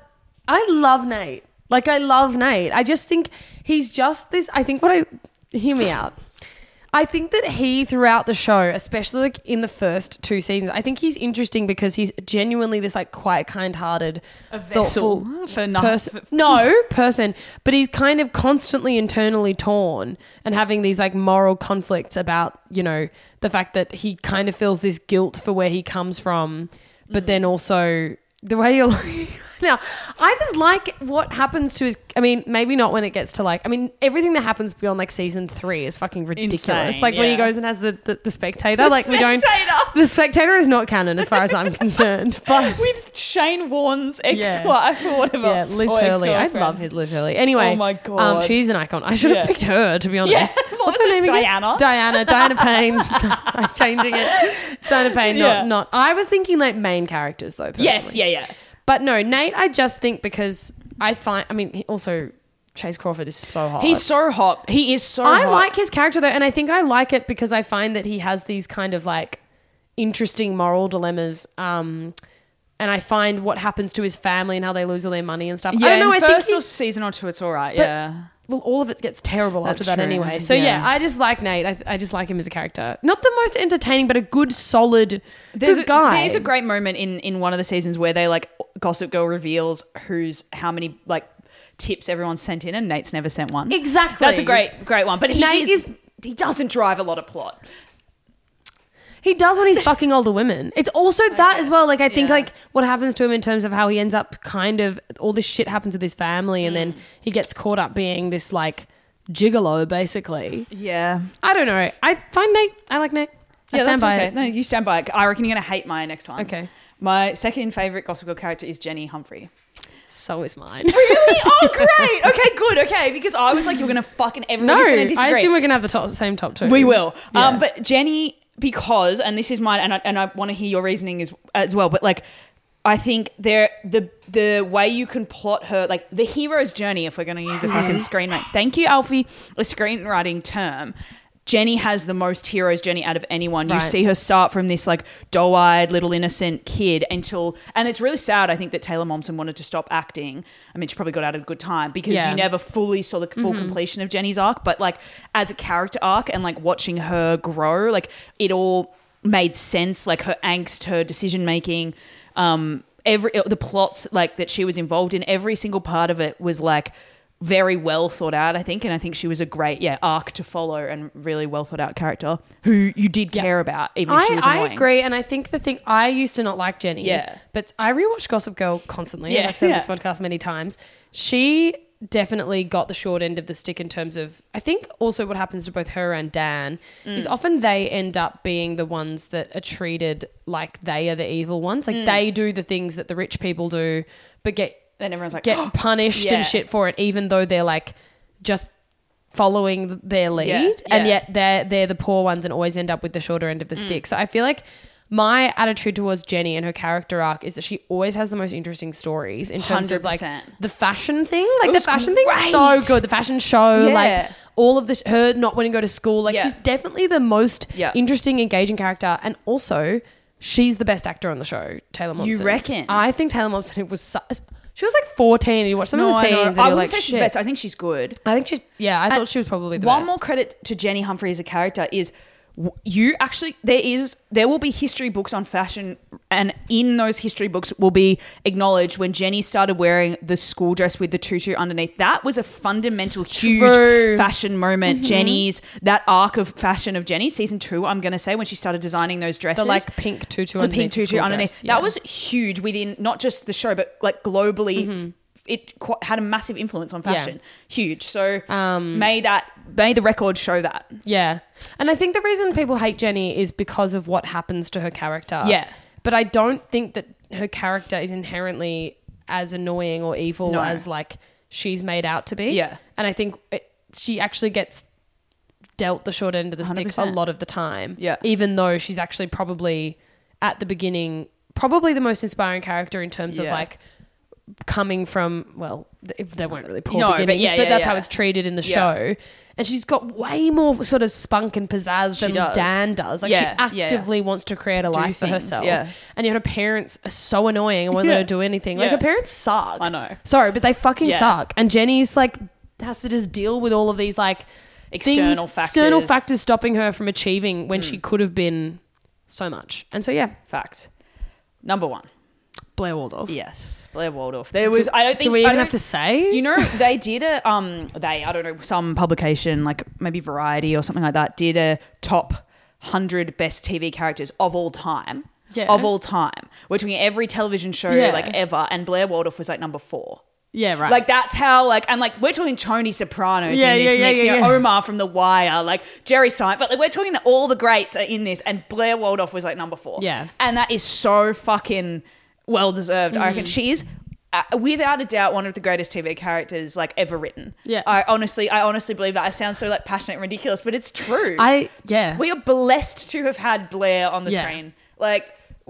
Speaker 3: I love Nate. Like I love Nate. I just think he's just this. I think what I hear me out. I think that he throughout the show, especially like in the first two seasons, I think he's interesting because he's genuinely this like quite kind-hearted,
Speaker 2: vessel
Speaker 3: thoughtful
Speaker 2: for no-
Speaker 3: person. No person, but he's kind of constantly internally torn and having these like moral conflicts about you know the fact that he kind of feels this guilt for where he comes from,
Speaker 2: Mm.
Speaker 3: but then also the way you're looking right now. I just like what happens to his. I mean, maybe not when it gets to like. I mean, everything that happens beyond like season three is fucking ridiculous.
Speaker 2: Insane,
Speaker 3: like when he
Speaker 2: yeah.
Speaker 3: goes and has the the, the spectator. like we don't.
Speaker 2: Spectator.
Speaker 3: The spectator is not canon as far as I'm concerned, but.
Speaker 2: With Shane Warren's ex
Speaker 3: Yeah.
Speaker 2: wife or whatever.
Speaker 3: Yeah, Liz
Speaker 2: Or
Speaker 3: Hurley.
Speaker 2: Oh,
Speaker 3: I
Speaker 2: ex-girlfriend.
Speaker 3: love his Liz Hurley. Anyway,
Speaker 2: Oh my
Speaker 3: um,
Speaker 2: God.
Speaker 3: she's an icon. I should have
Speaker 2: Yeah.
Speaker 3: picked her to be honest.
Speaker 2: Yeah. What's her-
Speaker 3: again?
Speaker 2: Diana?
Speaker 3: Diana. Diana Payne. I'm changing it. Diana Payne. Not.
Speaker 2: Yeah.
Speaker 3: Not. I was thinking like main characters though. Personally.
Speaker 2: Yes, yeah, yeah.
Speaker 3: But no, Nate. I just think because I find. I mean, he- also Chase Crawford is so hot.
Speaker 2: He's so hot. He is so
Speaker 3: I
Speaker 2: hot.
Speaker 3: like his character though, and I think I like it because I find that he has these kind of like interesting moral dilemmas. Um, and I find what happens to his family and how they lose all their money and stuff.
Speaker 2: Yeah,
Speaker 3: I don't know.
Speaker 2: in
Speaker 3: I
Speaker 2: first
Speaker 3: think
Speaker 2: or
Speaker 3: he's
Speaker 2: season or two, it's all right.
Speaker 3: But-
Speaker 2: yeah.
Speaker 3: well, all of it gets terrible
Speaker 2: That's
Speaker 3: after that
Speaker 2: true.
Speaker 3: anyway. So yeah.
Speaker 2: Yeah.
Speaker 3: I just like Nate. I, I just like him as a character. Not the most entertaining, but a good, solid,
Speaker 2: There's
Speaker 3: good
Speaker 2: a,
Speaker 3: guy.
Speaker 2: There's a great moment in in one of the seasons where they like Gossip Girl reveals who's how many like tips everyone sent in, and Nate's never sent one.
Speaker 3: Exactly.
Speaker 2: That's a great great one. But he
Speaker 3: Nate
Speaker 2: is,
Speaker 3: is-
Speaker 2: he doesn't drive a lot of plot.
Speaker 3: he does when he's fucking older women. It's also that as well. Like I think
Speaker 2: Yeah.
Speaker 3: like what happens to him in terms of how he ends up kind of all this shit happens with his family, and
Speaker 2: Mm.
Speaker 3: then he gets caught up being this like gigolo basically.
Speaker 2: Yeah.
Speaker 3: I don't know. I find Nate. I like Nate. I
Speaker 2: yeah, that's
Speaker 3: stand by
Speaker 2: okay.
Speaker 3: it.
Speaker 2: No, you stand by it. I reckon you're gonna hate my next one.
Speaker 3: Okay.
Speaker 2: My second favorite Gossip Girl character is Jenny Humphrey.
Speaker 3: So is mine.
Speaker 2: Really? Oh, great. Okay, good. Okay, because I was like, you're gonna fucking
Speaker 3: no,
Speaker 2: everybody's gonna disagree.
Speaker 3: I assume we're gonna have the top, same top two.
Speaker 2: We will.
Speaker 3: Yeah.
Speaker 2: Um, but Jenny, because, and this is mine, and I, and I want to hear your reasoning as as well. But like, I think there the the way you can plot her, like the hero's journey, if we're going to use a
Speaker 3: Mm-hmm.
Speaker 2: fucking screenwriting. Thank you, Alfie, a screenwriting term. Jenny has the most hero's journey out of anyone. You
Speaker 3: Right.
Speaker 2: see her start from this like doe-eyed little innocent kid until, and it's really sad. I think that Taylor Momsen wanted to stop acting. I mean, she probably got out at a good time because
Speaker 3: Yeah.
Speaker 2: you never never fully saw the full
Speaker 3: Mm-hmm.
Speaker 2: completion of Jenny's arc, but like as a character arc and like watching her grow, like it all made sense. Like her angst, her decision making, um, every the plots like that she was involved in, every single part of it was like very well thought out, I think. And I think she was a great yeah arc to follow and really well thought out character who you did
Speaker 3: Yeah.
Speaker 2: care about, even if she
Speaker 3: I,
Speaker 2: was
Speaker 3: I
Speaker 2: annoying.
Speaker 3: agree, and I think the thing I used to not like Jenny.
Speaker 2: Yeah.
Speaker 3: But I rewatch Gossip Girl constantly, as
Speaker 2: Yeah,
Speaker 3: I've said on
Speaker 2: yeah.
Speaker 3: this podcast many times. She definitely got the short end of the stick in terms of I think also what happens to both her and Dan
Speaker 2: Mm.
Speaker 3: is often they end up being the ones that are treated like they are the evil ones.
Speaker 2: Mm.
Speaker 3: Like they do the things that the rich people do, but get
Speaker 2: Then everyone's like,
Speaker 3: get punished
Speaker 2: Yeah.
Speaker 3: and shit for it, even though they're like just following th- their lead,
Speaker 2: Yeah, Mm.
Speaker 3: and
Speaker 2: yeah.
Speaker 3: yet they're they're the poor ones and always end up with the shorter end of the stick. So I feel like my attitude towards Jenny and her character arc is that she always has the most interesting stories in terms of like
Speaker 2: 100%.
Speaker 3: the fashion thing. Like
Speaker 2: It
Speaker 3: the
Speaker 2: was
Speaker 3: fashion thing's so
Speaker 2: great.
Speaker 3: good. The fashion show, like
Speaker 2: Yeah.
Speaker 3: all of this her not wanting to go to school. Like
Speaker 2: Yeah.
Speaker 3: she's definitely the most
Speaker 2: Yeah.
Speaker 3: interesting, engaging character and also She's the best actor on the show, Taylor Momsen.
Speaker 2: You reckon?
Speaker 3: I think Taylor Momsen was. Su- she was like 14 and you watch some
Speaker 2: no,
Speaker 3: of the
Speaker 2: I,
Speaker 3: scenes
Speaker 2: know. I
Speaker 3: and
Speaker 2: wouldn't
Speaker 3: you're like,
Speaker 2: say
Speaker 3: Shit.
Speaker 2: she's the best. I think she's good.
Speaker 3: I think she's yeah. I
Speaker 2: And
Speaker 3: thought she was probably the
Speaker 2: one
Speaker 3: best.
Speaker 2: more credit to Jenny Humphrey as a character is w- you actually there is there will be history books on fashion and in those history books will be acknowledged when Jenny started wearing the school dress with the tutu underneath that was a fundamental huge
Speaker 3: True. Mm-hmm.
Speaker 2: fashion moment Jenny's that arc of fashion of Jenny season 2 I'm going to say when she started designing those dresses
Speaker 3: the like pink tutu
Speaker 2: the
Speaker 3: underneath
Speaker 2: pink tutu
Speaker 3: school
Speaker 2: underneath.
Speaker 3: dress, yeah.
Speaker 2: That was huge within not just the show, but like globally, it qu- had a massive influence on
Speaker 3: Mm-hmm. Yeah.
Speaker 2: fashion. Huge. So
Speaker 3: Um,
Speaker 2: may that may the record show that.
Speaker 3: yeah. And I think the reason people hate Jenny is because of what happens to her character.
Speaker 2: Yeah.
Speaker 3: but I don't think that her character is inherently as annoying or evil
Speaker 2: No.
Speaker 3: as like she's made out to be.
Speaker 2: Yeah.
Speaker 3: and I think. It, she actually gets dealt the short end of the stick a
Speaker 2: 100%.
Speaker 3: lot of the time.
Speaker 2: Yeah.
Speaker 3: Even though she's actually probably at the beginning probably the most inspiring character in terms of
Speaker 2: Yeah.
Speaker 3: like coming from well th- if they weren't really poor
Speaker 2: No, but
Speaker 3: beginnings but,
Speaker 2: yeah, yeah,
Speaker 3: that's how
Speaker 2: yeah.
Speaker 3: it's treated in the
Speaker 2: Yeah.
Speaker 3: show and she's got way more sort of spunk and pizzazz
Speaker 2: She
Speaker 3: than
Speaker 2: does.
Speaker 3: dan does like
Speaker 2: Yeah, yeah,
Speaker 3: she
Speaker 2: yeah.
Speaker 3: actively wants to create a life for
Speaker 2: things,
Speaker 3: herself
Speaker 2: yeah.
Speaker 3: and yet her parents are so annoying and won't let
Speaker 2: Yeah.
Speaker 3: her do anything like
Speaker 2: Yeah.
Speaker 3: her parents suck
Speaker 2: I know.
Speaker 3: sorry but they fucking
Speaker 2: Yeah.
Speaker 3: suck and jenny's like has to just deal with all of these like
Speaker 2: External
Speaker 3: external
Speaker 2: factors. Mm.
Speaker 3: factors stopping her from achieving when she could have been so much and so yeah
Speaker 2: Fact. Number one.
Speaker 3: blair waldorf
Speaker 2: Yes, Blair Waldorf. There was. I don't think.
Speaker 3: do we
Speaker 2: I
Speaker 3: even
Speaker 2: don't-
Speaker 3: have to say
Speaker 2: You know, they did a um. They I don't know some publication like maybe Variety or something like that did a top hundred best TV characters of all time.
Speaker 3: Yeah.
Speaker 2: Of all time, we're talking every television show
Speaker 3: Yeah.
Speaker 2: like ever, and Blair Waldorf was like number four.
Speaker 3: yeah right
Speaker 2: Like that's how like and like we're talking Tony Sopranos
Speaker 3: Yeah,
Speaker 2: in this
Speaker 3: yeah, yeah,
Speaker 2: mix,
Speaker 3: yeah,
Speaker 2: you know,
Speaker 3: yeah.
Speaker 2: Omar from The Wire, like Jerry Seinfeld. Like we're talking that all the greats are in this, and Blair Waldorf was like number four.
Speaker 3: Yeah.
Speaker 2: and that is so fucking well deserved. I
Speaker 3: Mm.
Speaker 2: reckon she is. Uh, without a doubt, one of the greatest TV characters like ever written.
Speaker 3: Yeah.
Speaker 2: I honestly, I honestly believe that. I sound so like passionate and ridiculous, but it's true.
Speaker 3: i yeah
Speaker 2: We are blessed to have had Blair on the
Speaker 3: Yeah.
Speaker 2: screen. Like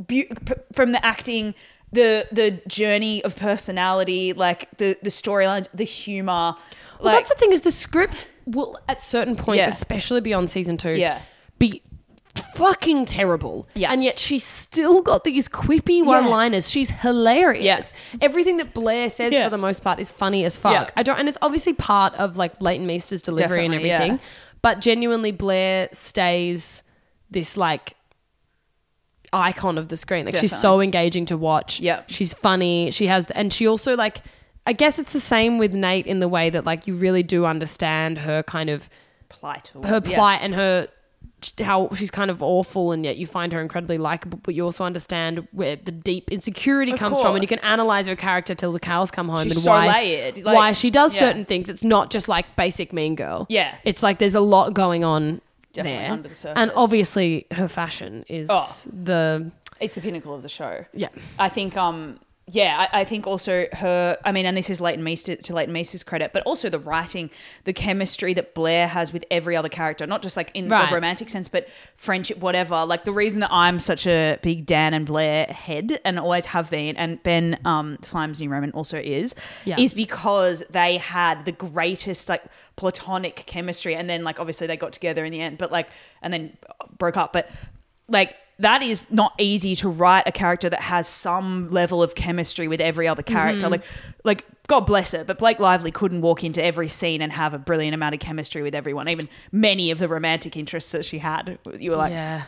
Speaker 2: be- p- from the acting, the the journey of personality, like the the storylines, the humor. Like
Speaker 3: well, that's the thing is the script will at certain points,
Speaker 2: Yeah.
Speaker 3: especially beyond season two,
Speaker 2: Yeah.
Speaker 3: be fucking terrible.
Speaker 2: Yeah.
Speaker 3: And yet she's still got these quippy one-liners. She's hilarious.
Speaker 2: Yes.
Speaker 3: Everything that Blair says
Speaker 2: Yeah.
Speaker 3: for the most part is funny as fuck.
Speaker 2: Yeah.
Speaker 3: I don't and it's obviously part of like Leighton Meester's delivery
Speaker 2: Definitely,
Speaker 3: and
Speaker 2: yeah.
Speaker 3: everything. But genuinely Blair stays this like icon of the screen. Like she's so engaging to watch.
Speaker 2: Yep.
Speaker 3: She's funny. She has, and she also like, I guess it's the same with Nate in the way that like you really do understand her kind of
Speaker 2: plight. or-
Speaker 3: her
Speaker 2: yeah.
Speaker 3: plight and her how she's kind of awful and yet you find her incredibly likable but you also understand where the deep insecurity comes from and you
Speaker 2: course.
Speaker 3: can analyze her character till the cows come home
Speaker 2: She's
Speaker 3: and
Speaker 2: so
Speaker 3: why
Speaker 2: layered, like-
Speaker 3: why she does
Speaker 2: yeah.
Speaker 3: certain things it's not just like basic mean girl
Speaker 2: Yeah.
Speaker 3: it's like there's a lot going on
Speaker 2: Definitely
Speaker 3: there
Speaker 2: under the surface.
Speaker 3: and obviously her fashion is
Speaker 2: Oh.
Speaker 3: the
Speaker 2: It's the pinnacle of the show.
Speaker 3: yeah
Speaker 2: I think um yeah, I, I think also her I mean, and this is Leighton Meester to Leighton Meester's credit, but also the writing, the chemistry that Blair has with every other character, not just like in
Speaker 3: Right.
Speaker 2: the romantic sense, but friendship, whatever. Like the reason that I'm such a big Dan and Blair head and always have been, and Ben um Slime's New Roman also is,
Speaker 3: Yeah.
Speaker 2: is because they had the greatest like platonic chemistry and then like obviously they got together in the end, but like and then broke up. But like that is not easy to write a character that has some level of chemistry with every other character. Like, like God bless her, but Blake Lively couldn't walk into every scene and have a brilliant amount of chemistry with everyone. Even many of the romantic interests that she had, you were like
Speaker 3: yeah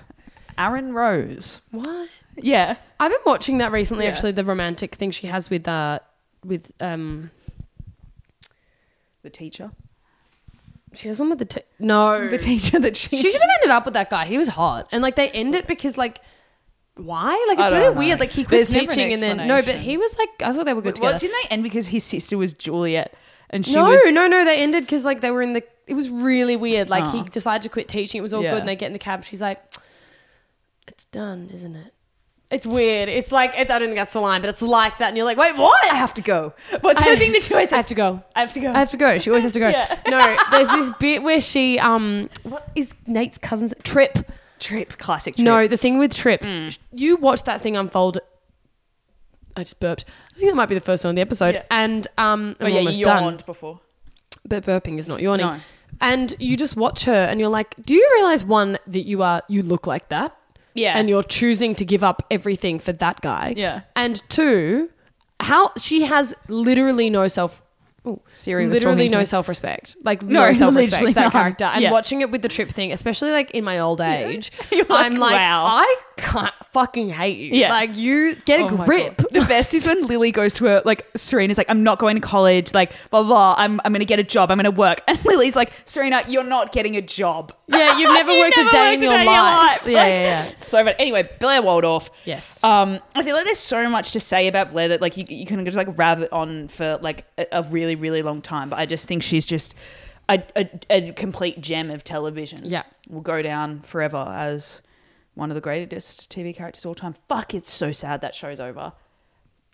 Speaker 2: Aaron Rose.
Speaker 3: what
Speaker 2: Yeah,
Speaker 3: I've been watching that recently.
Speaker 2: Yeah.
Speaker 3: Actually, the romantic thing she has with uh with um
Speaker 2: the teacher,
Speaker 3: she has one with the t- no
Speaker 2: the teacher that she.
Speaker 3: she should have ended up with that guy. He was hot, and like they end it because like why? Like
Speaker 2: I
Speaker 3: it's
Speaker 2: don't
Speaker 3: really
Speaker 2: know.
Speaker 3: weird. Like he
Speaker 2: There's
Speaker 3: quits
Speaker 2: never an
Speaker 3: teaching and then no, but
Speaker 2: explanation.
Speaker 3: he was like I thought they were good
Speaker 2: well,
Speaker 3: together.
Speaker 2: didn't they end because his sister was Juliet, and she
Speaker 3: No,
Speaker 2: was
Speaker 3: no, no. They ended because like they were in the. It was really weird. Like he
Speaker 2: Oh.
Speaker 3: decided to quit teaching. It was all
Speaker 2: Yeah.
Speaker 3: good, and they get in the cab. She's like, "It's done, isn't it?" It's weird. It's like it's, I don't think that's the line, but it's like that, and you're like, "Wait, what?"
Speaker 2: I have to go. What's the thing that she always
Speaker 3: I
Speaker 2: says?
Speaker 3: have to go.
Speaker 2: I have to go.
Speaker 3: I have to go. She always has to go.
Speaker 2: Yeah.
Speaker 3: No, there's this bit where she um what is Nate's cousin's Trip. Mm.
Speaker 2: Trip, classic trip.
Speaker 3: No, the thing with Trip. You watch that thing unfold. I just burped. I think that might be the first one in the episode.
Speaker 2: Yeah.
Speaker 3: And um
Speaker 2: oh
Speaker 3: I'm
Speaker 2: yeah, you
Speaker 3: almost
Speaker 2: yawned
Speaker 3: done.
Speaker 2: before.
Speaker 3: But burping is not yawning.
Speaker 2: No.
Speaker 3: And you just watch her and you're like, do you realize one that you are you look like that?
Speaker 2: Yeah.
Speaker 3: And you're choosing to give up everything for that guy.
Speaker 2: Yeah.
Speaker 3: And two, how she has literally no self
Speaker 2: Siri was
Speaker 3: literally
Speaker 2: talking to
Speaker 3: no
Speaker 2: me.
Speaker 3: self respect. Like
Speaker 2: No,
Speaker 3: no, self
Speaker 2: literally
Speaker 3: respect that
Speaker 2: none.
Speaker 3: character. And
Speaker 2: Yeah.
Speaker 3: watching it with the trip thing, especially like in my old age,
Speaker 2: You're like,
Speaker 3: I'm like,
Speaker 2: wow.
Speaker 3: I can't fucking hate you.
Speaker 2: Yeah.
Speaker 3: Like you get a
Speaker 2: Oh my
Speaker 3: grip.
Speaker 2: God. The best is when Lily goes to her, like, Serena's like, I'm not going to college, like, blah, blah, blah. I'm, I'm going to get a job, I'm going to work. And Lily's like, Serena, you're not getting a job.
Speaker 3: Yeah, you've never
Speaker 2: You
Speaker 3: worked a
Speaker 2: never
Speaker 3: day
Speaker 2: worked
Speaker 3: in your life. Yeah,
Speaker 2: Like,
Speaker 3: yeah, yeah.
Speaker 2: So, but anyway, Blair Waldorf.
Speaker 3: Yes.
Speaker 2: Um, I feel like there's so much to say about Blair that like you you can just like rabbit on for like a, a really really long time. But I just think she's just a, a a complete gem of television.
Speaker 3: Yeah.
Speaker 2: will go down forever as one of the greatest TV characters of all time. Fuck, it's so sad that show's over.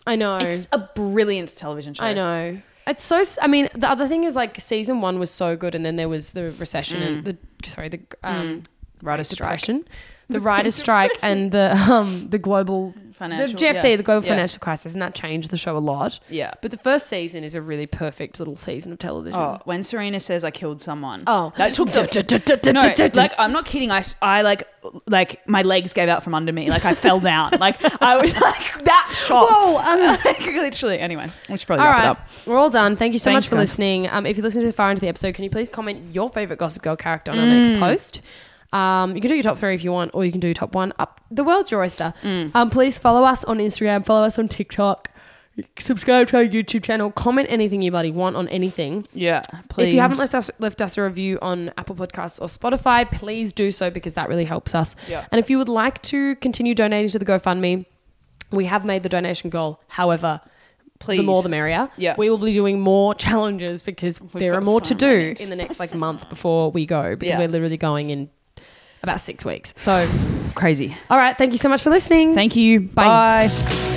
Speaker 3: I know.
Speaker 2: It's a brilliant television show.
Speaker 3: I know. It's so. s- I mean, the other thing is like season one was so good, and then there was the recession and the sorry the um,
Speaker 2: Writer's Mm. strike.
Speaker 3: depression, the writers' strike, and the um the global
Speaker 2: Financial-
Speaker 3: the GFC,
Speaker 2: yeah.
Speaker 3: the global
Speaker 2: Yeah.
Speaker 3: financial crisis, and that changed the show a lot.
Speaker 2: Yeah.
Speaker 3: But the first season is a really perfect little season of television.
Speaker 2: Oh, when Serena says I killed someone.
Speaker 3: Oh.
Speaker 2: that took the, no. Like I'm not kidding. I, I like like my legs gave out from under me. Like I fell down. Like I was like that shot.
Speaker 3: Whoa,
Speaker 2: like literally. Anyway, we should probably
Speaker 3: All
Speaker 2: wrap it
Speaker 3: right,
Speaker 2: up.
Speaker 3: we're all done. Thank you so
Speaker 2: Thanks,
Speaker 3: much for
Speaker 2: guys.
Speaker 3: listening. Um, if you listen to the far into the episode, can you please comment your favorite Gossip Girl character on our next
Speaker 2: Mm.
Speaker 3: post? Um, you can do your top three if you want, or you can do your top one. Up the world's your oyster.
Speaker 2: Mm.
Speaker 3: Um, please follow us on Instagram, follow us on TikTok, subscribe to our YouTube channel, comment anything you bloody want on anything.
Speaker 2: Yeah, please.
Speaker 3: If you haven't left us left us a review on Apple Podcasts or Spotify, please do so because that really helps us.
Speaker 2: Yeah.
Speaker 3: And if you would like to continue donating to the GoFundMe, we have made the donation goal. However,
Speaker 2: Please.
Speaker 3: the more the merrier.
Speaker 2: Yeah.
Speaker 3: We will be doing more challenges because there
Speaker 2: got
Speaker 3: are more
Speaker 2: so
Speaker 3: to do
Speaker 2: many.
Speaker 3: in the next like month before we go because
Speaker 2: Yeah.
Speaker 3: we're literally going in about six weeks. So,
Speaker 2: crazy.
Speaker 3: all right. Thank you so much for listening.
Speaker 2: Thank you.
Speaker 3: Bye.
Speaker 2: Bye.